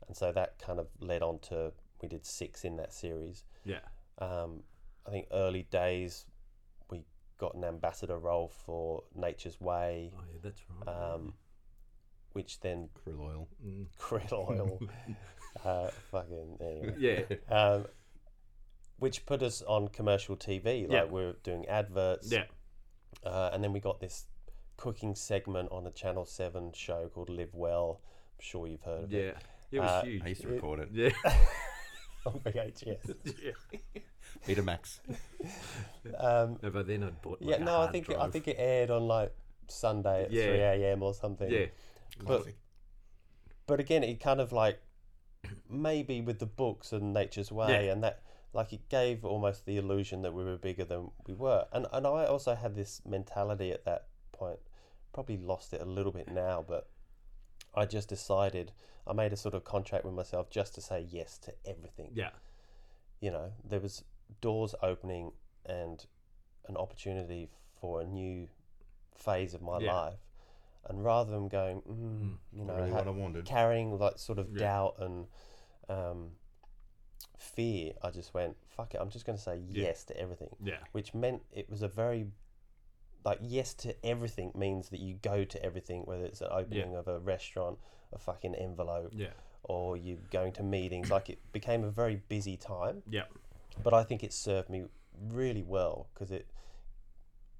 And so that kind of led on to we did six in that series.
Yeah.
Um, I think early days we got an ambassador role for Nature's Way,
Oh yeah, that's right.
um, which then
Krill oil.
Mm.
krill oil, uh, fucking anyway.
yeah.
um, which put us on commercial TV. Like
Yeah.
we were doing adverts.
Yeah.
Uh, and then we got this cooking segment on a Channel Seven show called Live Well. I'm sure you've heard of it.
Yeah. It was
Uh,
I
huge.
used to record it.
Yeah.
On VHS.
yeah.
Peter Max.
Um,
No, but then I'd bought.
yeah.
Like a
No, I
hard
think it, I
drive.
think it aired on like Sunday at
Yeah.
three a.m. or something.
Yeah.
But but again, it kind of like maybe with the books and Nature's Way
Yeah.
and that like it gave almost the illusion that we were bigger than we were. And and I also had this mentality at that point, probably lost it a little bit now, but I just decided I made a sort of contract with myself just to say yes to everything.
Yeah.
You know, there was doors opening and an opportunity for a new phase of my
Yeah.
life. And rather than going, mm, you know,
Not really
ha-
what I wanted.
carrying like sort of
Yeah.
doubt and um, fear, I just went, fuck it, I'm just going to say
Yeah.
yes to everything.
Yeah.
Which meant it was a very, like, yes to everything means that you go to everything, whether it's an opening of a restaurant, a fucking envelope,
Yeah.
or you going to meetings. like, it became a very busy time.
Yeah.
But I think it served me really well because it,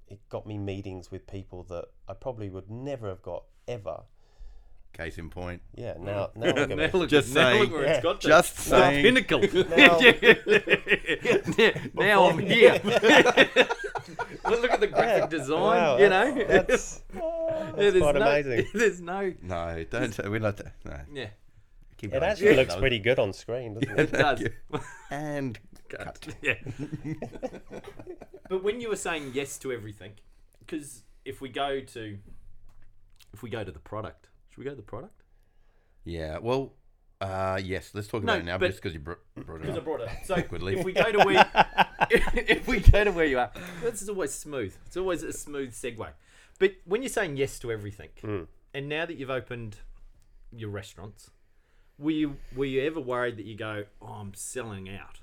it got me meetings with people that I probably would never have got ever.
Case in point.
Yeah, now, now I'm gonna-
Mm. Now look,
Just
now
saying.
look where
Yeah.
it's got to.
Just
Now I'm
saying.
Pinnacle.
Now-
Yeah. now I'm here. Well, look at the graphic design.
Wow,
you
that's-
know,
that's, that's
there's
quite
no,
amazing.
There's no.
No, don't. say- We're not. No.
Yeah.
Keep
It
going.
actually looks pretty good on screen, doesn't
It
it?
does.
And
Cut. Yeah. but when you were saying yes to everything, because if we go to, if we go to the product, should we go to the product?
yeah. Well. Uh, yes. Let's talk
No,
about it now,
but-
but just because you brought, brought
Because
it
I
up.
brought it. So
Awkwardly.
if we go to where, if we go to where you are, this is always smooth. It's always a smooth segue. But when you're saying yes to everything,
Hmm.
and now that you've opened your restaurants, were you were you ever worried that you go, oh, I'm selling out?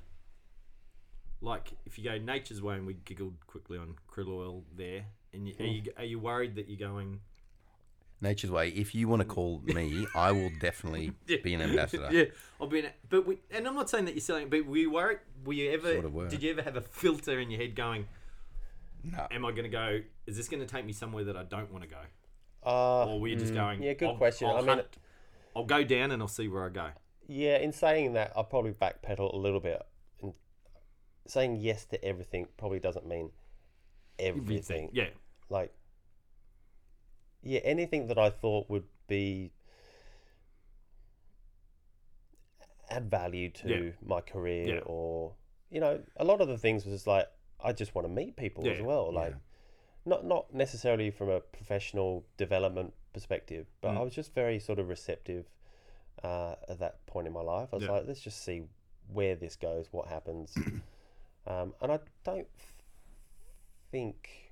Like if you go Nature's Way, and we giggled quickly on krill oil there, and you, are
Hmm.
you are you worried that you're going?
Nature's Way. If you want to call me, I will definitely be an ambassador.
Yeah, I've been. But we, and I'm not saying that you're selling. But were you worried? Were you ever?
Sort of were.
Did you ever have a filter in your head going?
No.
Am I going to go? Is this going to take me somewhere that I don't want to go?
Uh,
Or were you
Mm.
just going?
yeah, good
"I'll-
question.
I'll
I mean,
hunt- I'll go down and I'll see where I go.
yeah, in saying that, I'll probably backpedal a little bit. And saying yes to everything probably doesn't mean everything.
Yeah,
Like, yeah, anything that I thought would be add value to
Yeah.
my career
Yeah.
or you know a lot of the things was just like i just want to meet people
Yeah,
as
yeah.
well like not not necessarily from a professional development perspective
Mm.
but i was just very sort of receptive uh, at that point in my life i was
Yeah.
like let's just see where this goes what happens um, and i don't think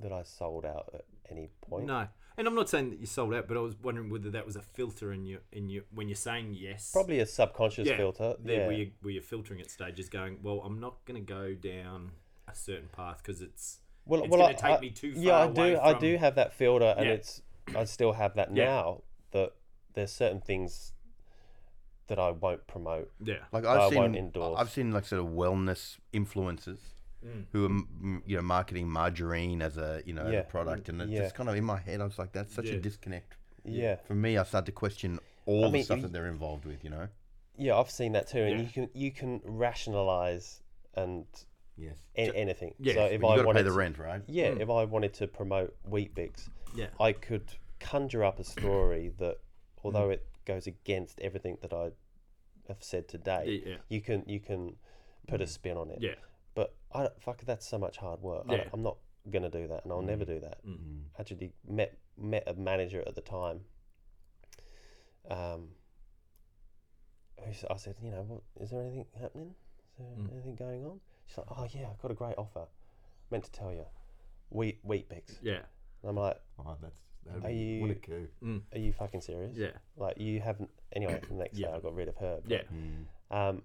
that i sold out at any point
no. And I'm not saying that you sold out, but I was wondering whether that was a filter in your in your when you're saying yes.
probably a subconscious
Yeah,
filter
There,
yeah.
where, you, where you're filtering at stages, going, well, I'm not going to go down a certain path because it's
well,
it's
well,
going
I-
to take
I-
me too far.
yeah, I do.
away
I
from-
do have that filter, and
Yeah.
it's I still have that
Yeah.
now. That there's certain things that I won't promote.
Yeah,
Like
I
I've seen,
won't endorse.
I've seen like sort of wellness influencers who are mm, you know marketing margarine as a you know as
Yeah.
a product, and it's
Yeah.
just kind of in my head. I was like, that's such
Yeah.
a disconnect.
Mm.
Yeah,
For me, I start to question all
I
the
mean,
stuff
you-
that they're involved with. You know.
yeah, I've seen that too, and
Yeah.
you can you can rationalize and
Yes.
a- anything.
yes,
so
but
if
But
I
you got to pay
wanted,
the
to-
rent, right?
yeah,
Mm.
if I wanted to promote Wheat Bix,
Yeah.
I could conjure up a story that, although it goes against everything that I have said today,
Yeah, yeah.
you can you can put a spin on it.
yeah.
But I don't, fuck, that's so much hard work. I
Yeah. Mm.
don't- I'm not gonna do that, and I'll never do that.
Mm.
Actually, met met a manager at the time, um, who s- I said, you know, what, is there anything happening? Is there
Mm.
anything going on? She's like, oh yeah, I've got a great offer. Meant to tell you, wheat wheat bix.
Yeah.
And I'm like,
Oh, that's that'd
Are
be,
you-
what a coup.
are you fucking serious?
Yeah.
Like you haven't. Anyway, the next day I got rid of her. but,
Yeah.
Um,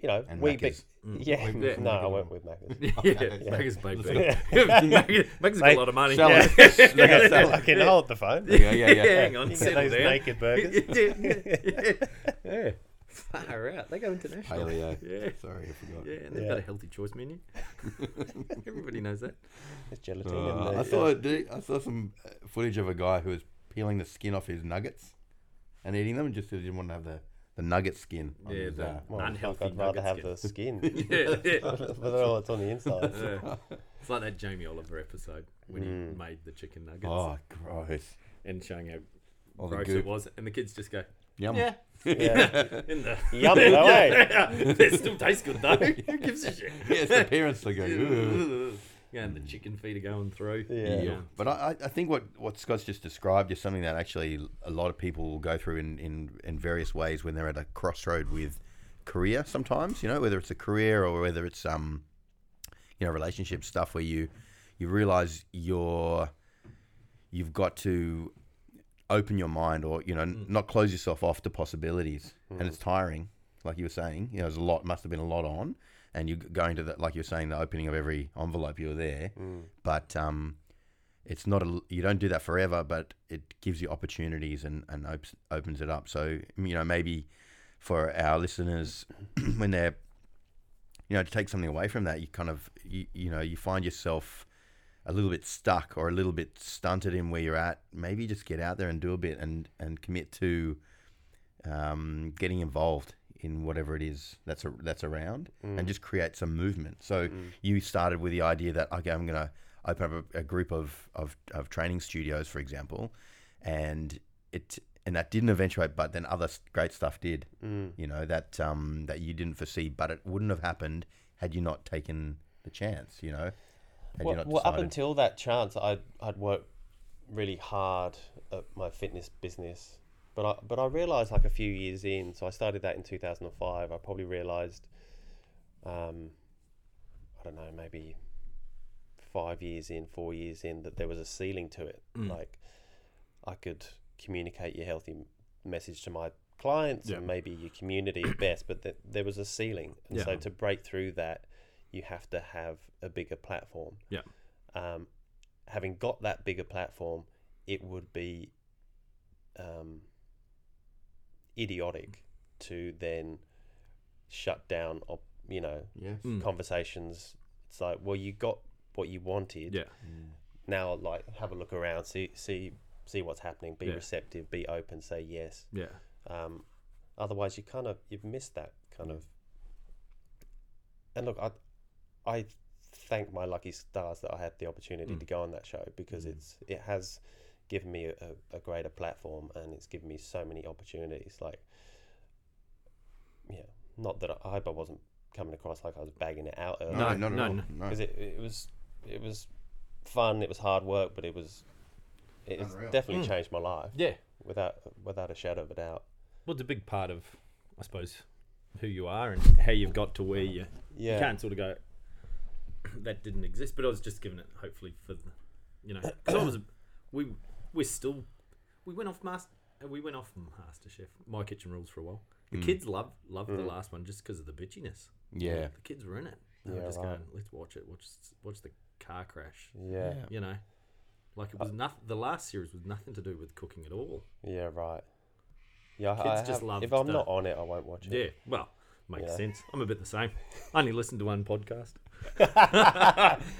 you know,
And
wheat
Macca's.
bix. Yeah.
Macca's.
No, I went with Macca's.
Mm. Yeah.
Okay.
Maggie's big.
Let's
Maggie's got a
Mate,
lot of money.
Sell
Yeah.
it. Yeah, sell it.
Fucking hold the phone.
Yeah, yeah, yeah.
Hang on,
You get
settle
those
down.
naked burgers.
yeah. Far out. They go international.
Paleo.
Yeah.
Sorry, I forgot.
Yeah, and they've
Yeah.
got a healthy choice menu. Everybody knows that.
It's gelatin.
Uh,
and the,
I saw dude, I saw some uh, footage of a guy who was peeling the skin off his nuggets and eating them, just because he didn't want to have the, the nugget skin. on
Yeah,
his,
the-
uh,
Well, fuck,
Unhealthy
I'd rather
nugget
have
skin.
the skin.
Yeah, yeah.
but they're all it's on the inside.
Yeah. It's like that Jamie Oliver episode when he made the chicken nuggets
Mm. oh, gross!
and showing how
All the
gross it
goop.
was, and the kids just go,
Yum.
"Yeah,
Yeah.
in the
Yum, no way.
they still taste good though. Who gives a shit?"
Yeah, it's the parents that go. "Ugh."
yeah, and the chicken feet are going through.
Yeah.
Yeah. But I, I I think what, what Scott's just described is something that actually a lot of people will go through in, in, in various ways when they're at a crossroad with career sometimes, you know, whether it's a career or whether it's um you know, relationship stuff where you you realize you're you've got to open your mind or, you know, n not close yourself off to possibilities. And it's tiring, like you were saying. You know, there's a lot must have been a lot on and you go into that like you were saying, the opening of every envelope, you were there. But um it's not a you don't do that forever, but it gives you opportunities and and opes, opens it up. So you know maybe for our listeners when they're you know to take something away from that, you kind of you, you know you find yourself a little bit stuck or a little bit stunted in where you're at. Maybe just get out there and do a bit and and commit to um, getting involved in whatever it is that's a, that's around,
Mm.
and just create some movement. So you started with the idea that okay, I'm gonna open up a, a group of, of of training studios, for example, and it and that didn't eventuate, but then other s- great stuff did.
Mm.
You know that um, that you didn't foresee, but it wouldn't have happened had you not taken the chance. You know, had you
Well,
not
well, up
decided-
until that chance, I'd, I'd worked really hard at my fitness business. But I, but I realised like a few years in, so I started that in 2005. I probably realised, um, I don't know, maybe five years in, four years in, that there was a ceiling to it.
Mm.
Like I could communicate your healthy m- message to my clients and maybe your community at best, but th- there was a ceiling. And so to break through that, you have to have a bigger platform um, having got that bigger platform, it would be um, idiotic to then shut down, op- you know,
Yes.
Hmm.
conversations. It's like, well, you got what you wanted.
Yeah.
Now, like, have a look around, see, see, see what's happening. Be
Yeah.
receptive. Be open. Say yes.
Yeah.
Um, otherwise, you kind of you've missed that kind of. And look, I, I thank my lucky stars that I had the opportunity
Mm.
to go on that show because it's it has given me a, a greater platform and it's given me so many opportunities. Like, yeah, not that I, I hope I wasn't coming across like I was bagging it out earlier
No, not at
no,
all.
no.
No.
because it, it was it was fun. It was hard work, but it was it has
Unreal.
definitely
Mm.
changed my life
Yeah.
without without a shadow of a doubt.
Well, it's a big part of, I suppose, who you are and how you've got to where you,
Yeah.
you can't sort of go, that didn't exist. But I was just giving it, hopefully, for the, you know, 'cause I was, we, we're still, we went off master, we went off MasterChef, My Kitchen Rules for a while.
Mm.
The kids love loved the last one just because of the bitchiness.
Yeah.
The kids were in it. They were
Yeah,
just
right.
going, let's watch it, watch, watch the car crash.
Yeah, Uh,
You know, like it was nothing, the last series was nothing to do with cooking at all.
yeah, right. Yeah, I-
Kids
I
just
have-
love
If I'm
to-
not on it, I won't watch it.
Yeah, well, makes
Yeah.
sense. I'm a bit the same. I only listen to one podcast.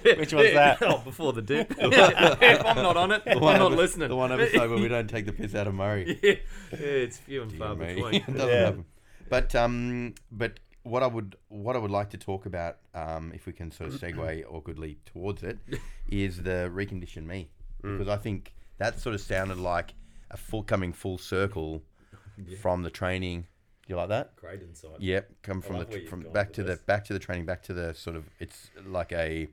Which one's that?
Oh, before the dip. if I'm not on it, I'm
One
not
epi-
listening.
The one episode where we don't take the piss out of Murray.
yeah, yeah, it's few and far
Dear me.
between.
It doesn't
Yeah.
happen. But um, but what I would what I would like to talk about, um, if we can sort of segue awkwardly towards it, is the recondition me
Mm.
Mm.
because I think that sort of sounded like a full coming full circle from the training. Do you like that?
Great insight.
Yep, come from the
love where
tr-
you've
from
gone
back
with
to the
this.
back to the training, back to the sort of it's like a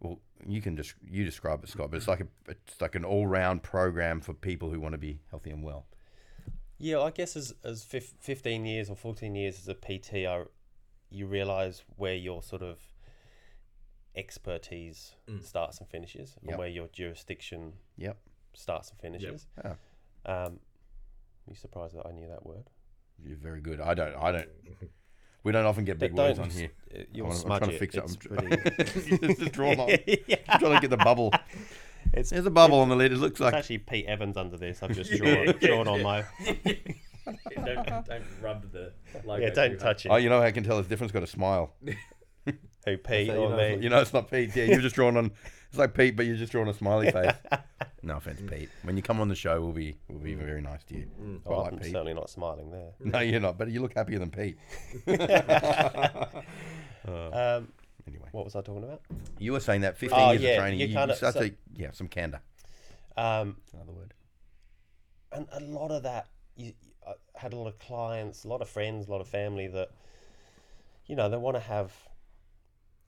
well, you can just you describe it, Scott, but it's like a it's like an all round program for people who want to be healthy and well.
Yeah, I guess as as fif- fifteen years or fourteen years as a PT, I, you realise where your sort of expertise
Mm.
starts and finishes,
Yep.
and where your jurisdiction
Yep. Ah.
starts and finishes.
Yeah.
Um, you surprised that I knew that word?
You're very good. I don't. I don't. We don't often get big words on here.
uh, You'll
I'm, I'm
smudge
trying
it.
to fix
It's
it. I'm
pretty-
trying to draw my.
Yeah.
I'm trying to get the bubble.
It's-
There's a bubble on the lid. It looks
It's
like
actually Pete Evans under this. I've just drawn, drawn on my.
don't, don't rub the logo.
Yeah, don't touch
Oh,
it.
you know how I can tell it's different. It's got a smile.
Who Pete
you
or
know,
me?
You know, it's not Pete. Yeah, you've just drawn on. It's like Pete, but you're just drawing a smiley face. No offense, Pete. When you come on the show, we'll be we'll be
Mm.
very nice to you. Quite
Oh,
like
I'm
Pete.
certainly not smiling there.
No, you're not. But you look happier than Pete.
Um,
Anyway,
what was I talking about?
you were saying that 15
Oh,
years
yeah,
of training,
you
you, you
kinda-
start
so-
to yeah some candor.
Um,
That's another word.
and a lot of that you, I had a lot of clients a lot of friends a lot of family that you know they want to have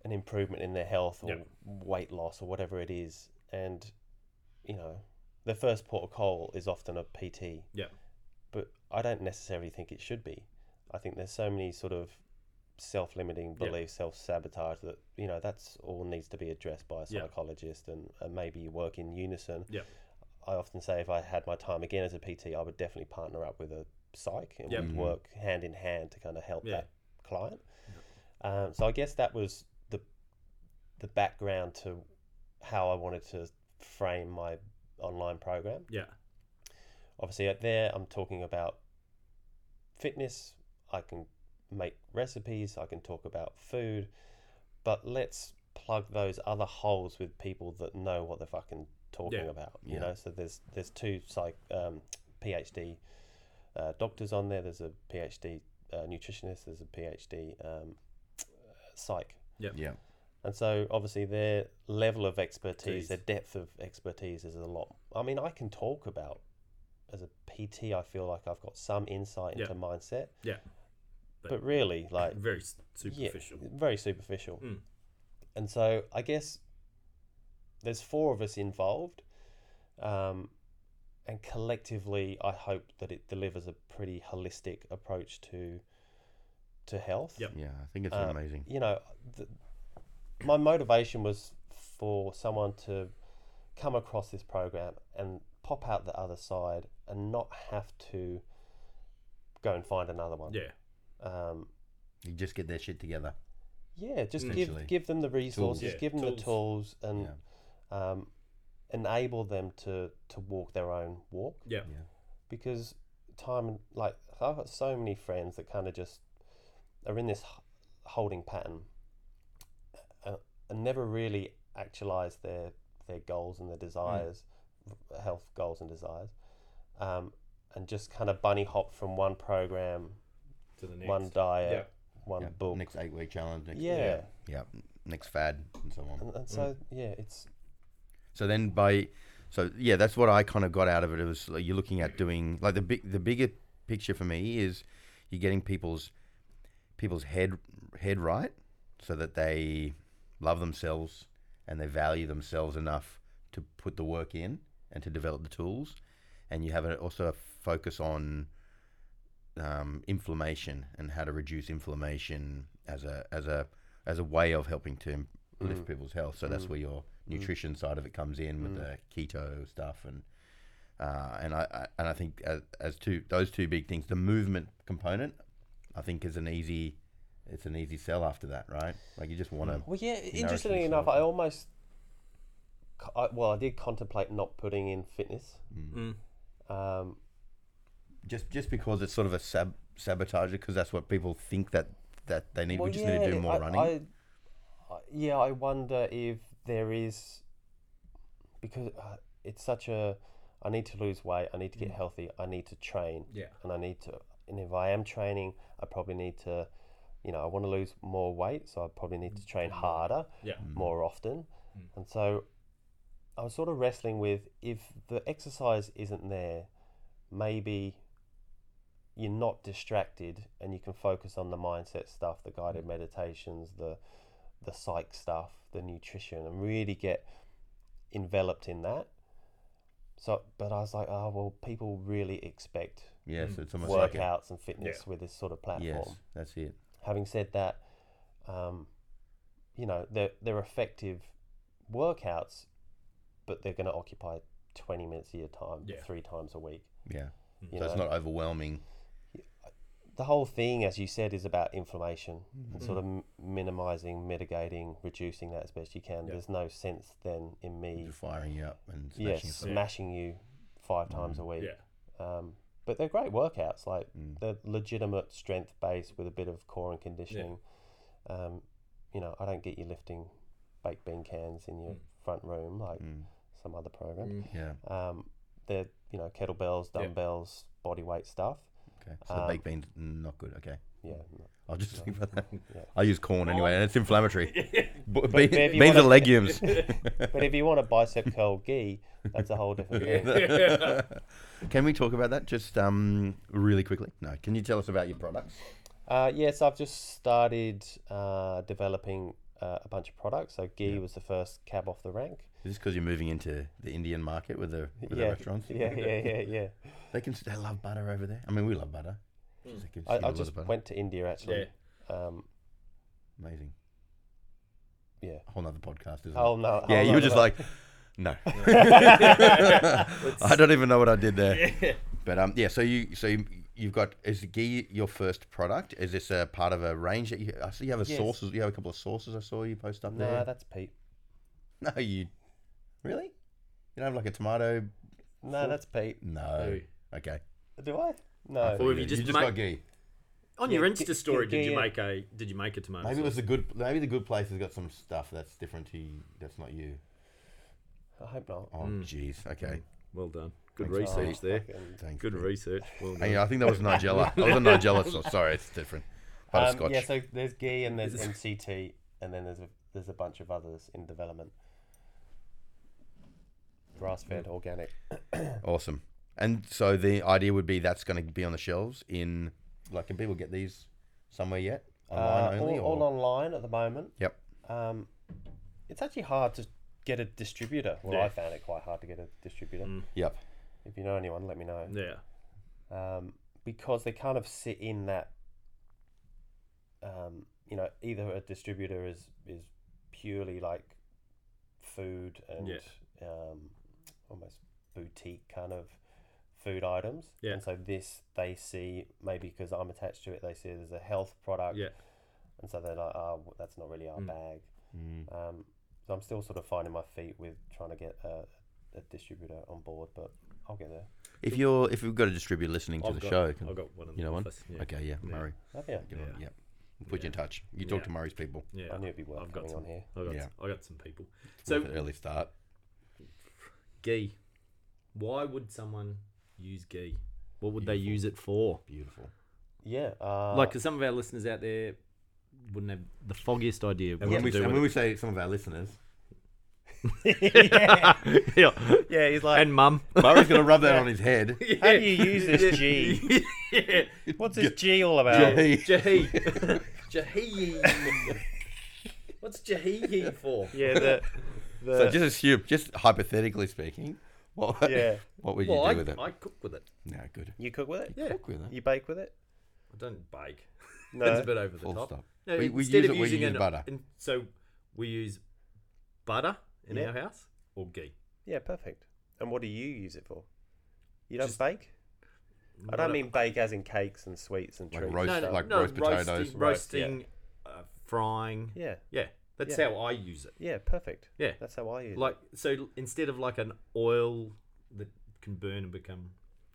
an improvement in their health or
Yep.
weight loss or whatever it is and you know the first port of call is often a pt
Yep.
but i don't necessarily think it should be i think there's so many sort of self-limiting beliefs self-sabotage that you know that's all needs to be addressed by a
Yep.
psychologist and, and maybe you work in unison
Yep.
I often say if I had my time again as a PT, I would definitely partner up with a psych and
Yep.
we'd work hand in hand to kind of help
Yeah.
that client. Um, so I guess that was the the background to how I wanted to frame my online program.
Yeah.
Obviously, out there I'm talking about fitness. I can make recipes. I can talk about food, but let's plug those other holes with people that know what they're fucking talking
Yeah.
about.
Yeah.
You know, so there's there's two psych um, PhD uh, doctors on there. There's a PhD uh, nutritionist. There's a PhD um, psych.
Yeah,
And so, obviously, their level of expertise,
Expertise.
their depth of expertise is a lot. I mean, I can talk about as a PT. I feel like I've got some insight
Yeah.
into mindset.
Yeah.
But,
But-
really, like
Very s-
yeah,
superficial.
very superficial.
Mm.
And so, I guess there's four of us involved, um, and collectively, I hope that it delivers a pretty holistic approach to to health
Yep.
yeah. I think it's
uh,
amazing.
You know, the, my motivation was for someone to come across this program and pop out the other side and not have to go and find another one.
Yeah.
Um,
You just get their shit together.
yeah, just
Essentially.
give give them the resources,
Yeah,
give them the tools, and
Yeah.
um, enable them to to walk their own walk.
Yeah.
Yeah.
because time like I've got so many friends that kind of just are in this h- holding pattern uh, and never really actualize their their goals and their desires, v- health goals and desires, um, and just kind of bunny hop from one program,
To the next.
one diet,
Yep.
one
Yeah.
book.
Next eight week challenge. Next,
yeah.
yeah. Next fad and so on.
And, and so yeah, it's
So then by, so yeah, that's what I kind of got out of it. It was like you're looking at doing like the big, the bigger picture for me is you're getting people's people's head head right, so that they love themselves and they value themselves enough to put the work in and to develop the tools, and you have a, also a focus on um, inflammation and how to reduce inflammation as a as a as a way of helping to im- lift people's health. So that's where your nutrition side of it comes in with the keto stuff and uh, and I, I and I think as, as two those two big things, the movement component, I think is an easy it's an easy sell after that, right? Like you just want to
well yeah.
nourish
Interestingly enough,
yourself.
I almost. co- I, well, I did contemplate not putting in fitness.
Mm.
Um,
just just because it's sort of a sab- sabotage because that's what people think that that they need. we
Well,
just need to do
yeah,
more
I-
running.
I, I, yeah, I wonder if there is because uh, it's such a. I need to lose weight. I need to get
Mm.
healthy. I need to train.
Yeah.
And I need to. And if I am training, I probably need to. You know, I want to lose more weight, so I probably need
Mm,
to train harder,
Yeah.
more often. And so, I was sort of wrestling with if the exercise isn't there, maybe you're not distracted and you can focus on the mindset stuff, the
Mm.
guided meditations, the the psych stuff, the nutrition, and really get enveloped in that. So, but I was like, oh well, people really expect
Yes, it's almost like a,
workouts and fitness with this sort of platform.
yes, that's it.
Having said that, um, you know, they're, they're effective workouts, but they're going to occupy 20 minutes of your time
Yeah.
three times a week.
Yeah,
You
so it's
know?
not overwhelming.
the whole thing, as you said, is about inflammation and
Mm.
sort of m- minimizing, mitigating, reducing that as best you can. There's no sense then in me,
Just firing you up and smashing
yes,
you.
smashing you five times a week.
Mm. Yeah.
Um, but they're great workouts, like
Mm.
they're legitimate strength based with a bit of core and conditioning. Um, you know, I don't get you lifting baked bean cans in your
Mm.
front room like some other
Mm.
program.
Yeah.
Um, they're you know kettlebells, dumbbells, body weight stuff.
Okay. So
Um,
the baked beans not good. Okay.
Yeah,
I'll just think about that. I use corn anyway, and it's inflammatory. B-
but if
beans
you
beans are
wanna-
legumes.
but if you want a bicep curl gi, that's a whole different game.
Can we talk about that just um, really quickly? No. Can you tell us about your products?
Uh, yes, I've just started uh, developing uh, a bunch of products. So Ghee was the first cab off the rank.
Is this because you're moving into the Indian market with the, with
yeah,
the restaurants?
yeah, yeah, yeah, yeah.
They can. They love butter over there. I mean, we love butter. Just like- just give a
Hmm. I, I
lot
just
of butter.
went to India actually. Um,
Amazing.
yeah.
Whole nother podcast, isn't
Oh
it?
no.
Yeah,
oh,
you
no,
were just
no.
like, no. I don't even know what I did there. But um, yeah. So you, so you, you've got is the ghee your first product? Is this a part of a range that you? I see you have a
Yes.
sauces. You have a couple of sauces. I saw you post up
No,
there.
that's Pete.
No, you really? You don't have like a tomato?
No, that's Pete.
No. Okay.
Do I?
I
No.
thought
have you
did.
just
you just
made-
got ghee?
On
Yeah,
your
g-
Insta story,
g-
did you
yeah.
make a did you make a tomato?
Maybe it
sauce?
was the good. Maybe the good place has got some stuff that's different to you. That's not you.
I hope not.
Oh, jeez. Okay.
well done. Good
Thanks, Pete.
research there.
Fucking-
Thanks.
Good
Pete.
research. Well done.
Hang on, I think that was Nigella. that was a Nigella sauce. Sorry, it's different.
Um,
Butterscotch.
yeah, so there's Ghee and there's MCT, and then there's a, there's a bunch of others in development. Grass
Mm.
fed, organic.
Awesome. And so the idea would be that's going to be on the shelves in like can people get these somewhere yet? Online
Uh,
only
all, all
or?
online at the moment.
Yep.
Um, it's actually hard to get a distributor. Well, I
Yeah.
found it quite hard to get a distributor.
Yep.
If you know anyone, let me
Mm,
know.
Yeah.
Um, because they kind of sit in that. Um, you know, either a distributor is is purely like food and
Yeah.
um, almost boutique kind of food items.
Yeah.
And so this they see maybe because I'm attached to it, they see it as a health product.
Yeah. Mm.
And so they're like, oh, w- that's not really our bag.
Mm.
Um, so I'm still sort of finding my feet with trying to get a, a distributor on board, but I'll get there.
If you're if we've got a distributor listening to
I've
the
got,
show, can,
I've got one. In
you
the
know one?
office. Yeah.
Okay, yeah, Murray.
Oh, yeah.
Get on it, Yep. We'll Put you in touch. You talk to Murray's people.
Yeah.
I knew it'd be worth
I've got
coming
some.
on here.
I got,
Yeah.
I got some people.
So
So-
an early start.
Ghee. Why would someone use ghee? What would they use it for?
Beautiful.
Yeah. Uh,
Like, 'cause some of our listeners out there wouldn't have the foggiest idea
And
what
when,
to
we,
do
and
with
when we say some of our listeners,
yeah.
it. yeah.
yeah, he's like,
And mum.
Murray's going to rub that on his head.
how do you use this G?
yeah.
What's this G all about?
Yeah.
Jahee. Jahee. What's Jahee for?
Yeah, the, the
So just assume, just hypothetically speaking, what
Yeah.
what would you
Well,
do
I,
with it?
I cook with it.
no, good.
you cook with it.
Yeah.
Cook with it.
You bake with it.
I don't bake.
No.
It's a bit over the
Full
top.
stop.
No,
We- we
instead
use
of
it where you
using
use
an,
butter.
in- so we use butter in
Yeah.
our house or ghee.
Yeah, perfect. And what do you use it for? You don't
Just-
bake? I
Not
don't
a-
mean bake as in cakes and sweets and
Like
treats.
roast-
no,
and
no,
stuff.
like
no,
roast potatoes.
roasting,
Roast, yeah.
roasting uh, frying. Yeah,
Yeah.
that's
Yeah.
how I use it.
Yeah, perfect.
Yeah,
That's how I use
like so instead of like an oil that can burn and become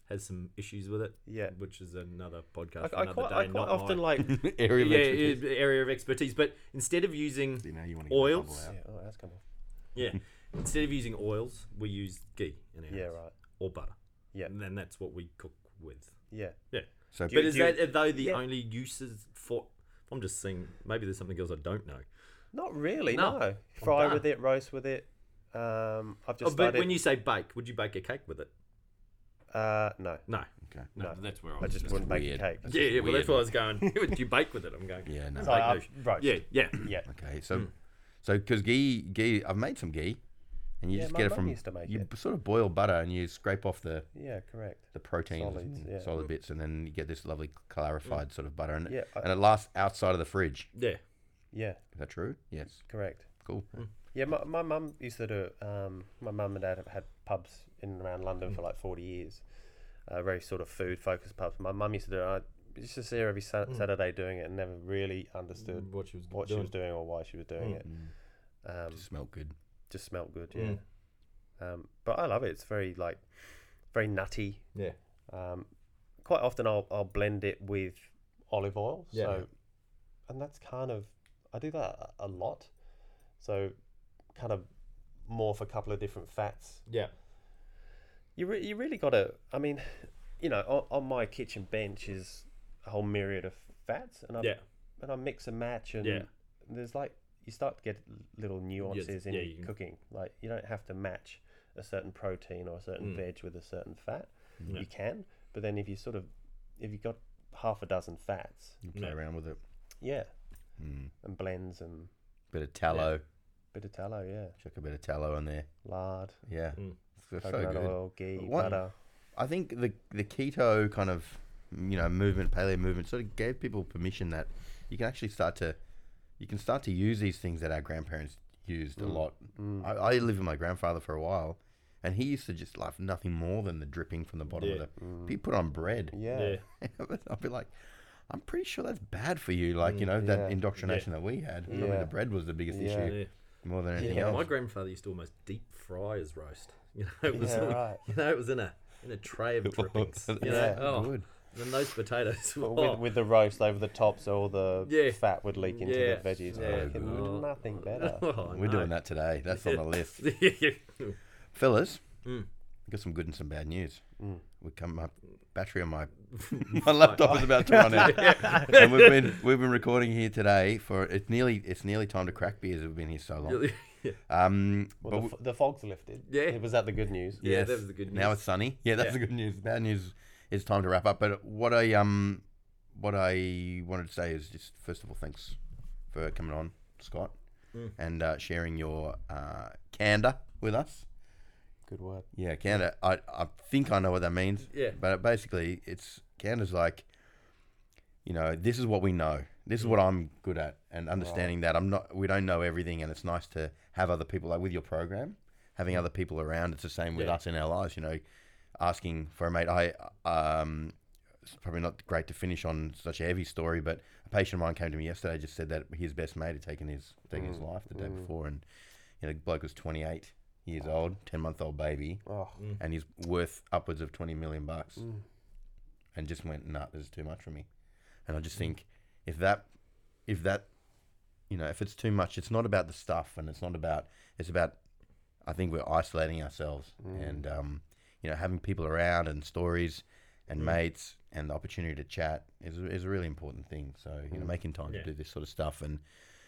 has some issues with it.
Yeah.
which is another
it.
podcast.
I, I
another
quite,
day,
I quite
not
often
my-
like. yeah,
Area of
yeah,
expertise.
yeah, area of expertise. But instead of using
You know, you want
oils,
oh, that's kind of.
yeah, instead of using oils, we use ghee in our
Yeah,
house,
right.
or butter.
Yeah.
and then that's what we cook with.
Yeah.
Yeah.
So
Do you-
but is
do you-
that are though the
yeah.
only uses for? I'm just seeing maybe there's something else I don't know.
Not really. No.
No.
Fry
done.
with it, roast with it. Um, I've
Oh,
just
but
started.
when you say bake, would you bake a cake with it?
uh, no,
No.
Okay.
No, that's where I
I
was.
just wouldn't make
weird.
a cake.
yeah, yeah, well, that's
weird.
why I was going. would you bake with it? I'm going.
Yeah, no.
Bake
So I-
no sh-
roast.
Yeah, yeah.
Yeah.
Okay, so so because ghee ghee, I've made some ghee, and you
Yeah,
just
my
get it
mum
from
used to make
you
it.
b- sort of boil butter and you scrape off the
Yeah, correct.
the proteins
Solids,
and
yeah.
solid bits, and then you get this lovely clarified sort of butter, and
Yeah,
it,
I-
and it lasts outside of the fridge.
Yeah.
Yeah,
Is that true? Yes.
correct.
Cool.
Yeah, my, my mum used to do. Um, my mum and dad have had pubs in and around London
Hmm.
for like forty years, uh, very sort of food focused pubs. My mum used to do. it. I used to see her every Sa- Saturday doing it, and never really understood
What she was
Hmm.
what
doing.
she was doing or why she was doing it.
Mm.
Um,
Just smelled good.
just smelt good, yeah.
Mm.
Um, but I love it. It's very like very nutty.
Yeah.
Um, quite often I'll I'll blend it with olive oil.
Yeah.
So, and that's kind of I do that a- a lot. So, kind of morph a couple of different fats.
Yeah.
You re- you really got to. I mean, you know, on, on my kitchen bench is a whole myriad of fats, and I
Yeah.
and I mix and match, and
Yeah.
there's like you start to get little nuances in
yeah,
your
you can-
cooking. Like you don't have to match a certain protein or a
Mm.
certain veg with a certain fat. You can, but then if you sort of if you got half a dozen fats,
You play around with it.
yeah,
Mm.
and blends and
Bit of tallow.
bit of tallow, yeah,
Chuck a bit of tallow in there.
lard,
Yeah. It's so
coconut
good.
oil, ghee,
What-
butter.
I think the the keto kind of you know movement, paleo movement, sort of gave people permission that you can actually start to you can start to use these things that our grandparents used a lot. I, I lived with my grandfather for a while, and he used to just love nothing more than the dripping from the bottom
Yeah.
of the. He put on bread.
Yeah.
Yeah.
I'd be like, I'm pretty sure that's bad for you. Like you know
Mm, yeah.
that indoctrination that we had. I mean,
Yeah.
the bread was the biggest
Yeah.
issue
Yeah.
more than anything
Yeah.
else.
My grandfather used to almost deep fry his roast. You know, it was
Yeah, right.
you know, it was in a in a tray of drippings. You know,
Yeah,
oh,
good.
and those potatoes.
But
oh,
with, with the roast over the top, so all the
Yeah.
fat would leak into
Yeah.
the veggies.
Yeah.
Fucking Nothing better.
oh,
We're doing that today. That's on the list.
that.
Fellas,
Hmm.
I got some good and some bad news.
Mm.
We come my battery on my my laptop is about to run out, and we've been we've been recording here today for it's nearly it's nearly time to crack beers. We've been here so long. Um, but
Well, the,
w-
f- the fog's lifted.
Yeah.
Was that the good news?
yeah,
yes,
that was the good
Now
news.
it's sunny. Yeah, that's the good news. Bad news. It's time to wrap up. But what I um what I wanted to say is just first of all, thanks for coming on, Scott,
Mm.
and uh, sharing your uh, candor with us.
Good word.
Yeah, Canada. I, I think I know what that means.
Yeah.
But basically, it's Canada's like, you know, this is what we know. This is what I'm good at, and understanding that I'm not. We don't know everything, and it's nice to have other people like with your program, having other people around. It's the same with us in our lives. You know, asking for a mate. I um, it's probably not great to finish on such a heavy story, but a patient of mine came to me yesterday. Just said that his best mate had taken his taken his life the day before, and you know, the bloke was 28 years old, 10 month old baby,
Oh,
and he's worth upwards of 20 million bucks, and just went, nah, this is too much for me. And I just think if that, if that, you know, if it's too much, it's not about the stuff, and it's not about, it's about, I think we're isolating ourselves, and um, you know, having people around and stories. And mates and the opportunity to chat is, is a really important thing. So you know, making time to do this sort of stuff and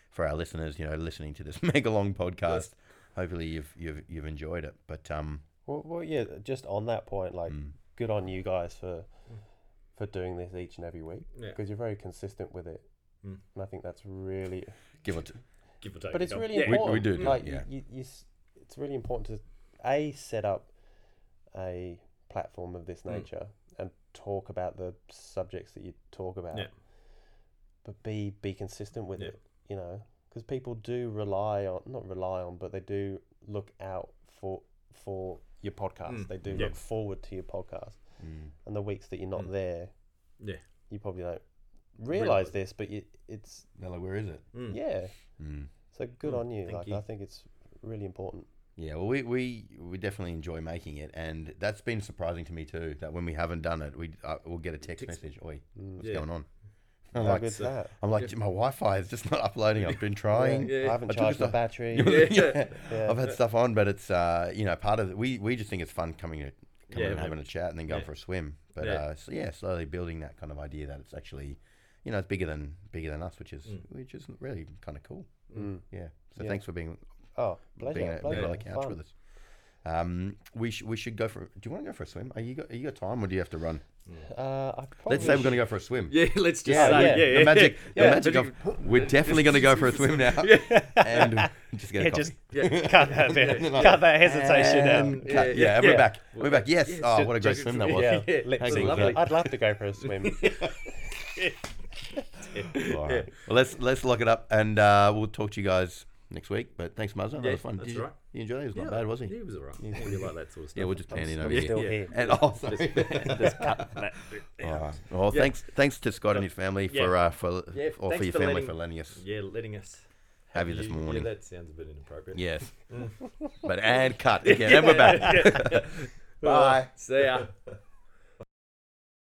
for our listeners, you know, listening to this mega long podcast. Hopefully, you've you've you've enjoyed it. But um,
Well, well, yeah. Just on that point, like,
Mm.
good on you guys for
Mm.
for doing this each and every week
Yeah.
because you're very consistent with it,
Mm.
and I think that's really.
give it.
Give or take.
But
a
it's
dog.
really
Yeah.
important.
We- we do do
Like,
it, yeah.
You, you, you s- it's really important to a set up a platform of
Mm.
this nature and talk about the subjects that you talk about.
Yeah.
But b be consistent with
Yeah.
it. You know, because people do rely on not rely on, but they do look out for for your podcast.
Mm.
They do
Yeah. Mm.
look forward to your podcast.
Mm.
And the weeks that you're not there,
Yeah.
you probably don't
Realise.
realize this, but you, it's
They're like, where is it?
Hmm.
Mm.
yeah.
Mm.
So good on you.
thank
like
you.
I think it's really important.
Yeah, well, we, we we definitely enjoy making it, and that's been surprising to me too. That when we haven't done it, we uh, we'll get a text message. Oi, what's
Yeah.
going on? I'm
Mm. How
like,
good's that?
I'm like, my Wi-Fi is just not uploading. I've been trying.
Yeah. I haven't
I took
charged
a
my
stu-
battery.
yeah. I've had stuff on, but it's uh, you know part of it. We we just think it's fun coming to coming
Yeah,
and
we-
having a chat and then going for a swim. But
Yeah.
uh, so yeah, slowly building that kind of idea that it's actually, you know, it's bigger than bigger than us, which is which is really kind of cool.
Mm.
Yeah. So
Yeah.
thanks for being
Oh,
being,
pleasure.
a- being
pleasure.
on the couch
Fun.
with us. Um, we sh- we should go for. Do you want to go for a swim? Are you got, are you got time, or do you have to run?
Uh, I probably
Let's say we're going to go for a swim.
Yeah, let's just
Yeah,
say
yeah.
yeah, yeah,
the magic,
yeah.
the magic of we're definitely going to go for a swim now, and just get a
yeah,
coffee.
just cut that bit, cut that hesitation
And
out.
cut. Yeah,
yeah, yeah.
we're back. We're back. Yes. oh, what a great
Just-
swim that was.
Yeah,
Yeah,
lip
Hang
sync.
on to that.
I'd love to go for a swim.
All right. Well, let's let's lock it up, and uh, we'll talk to you guys next week. But thanks, Mazza. That was fun.
that's
Did you,
all right.
you enjoyed it? It was not
Yeah,
bad, was he?
He was alright. Yeah. Really like that sort of stuff.
Yeah, we'll just pan in over
We're
here.
still
Yeah.
here.
And oh, sorry. All right. Well, thanks thanks to Scott and his family
Yeah.
for uh, for
Yeah,
or for
thanks
your
for
family
letting-
for letting us
yeah, letting us
have you this
you-
morning.
Yeah, that sounds a bit inappropriate.
Yes. but and cut again, and we're back. Bye.
See ya.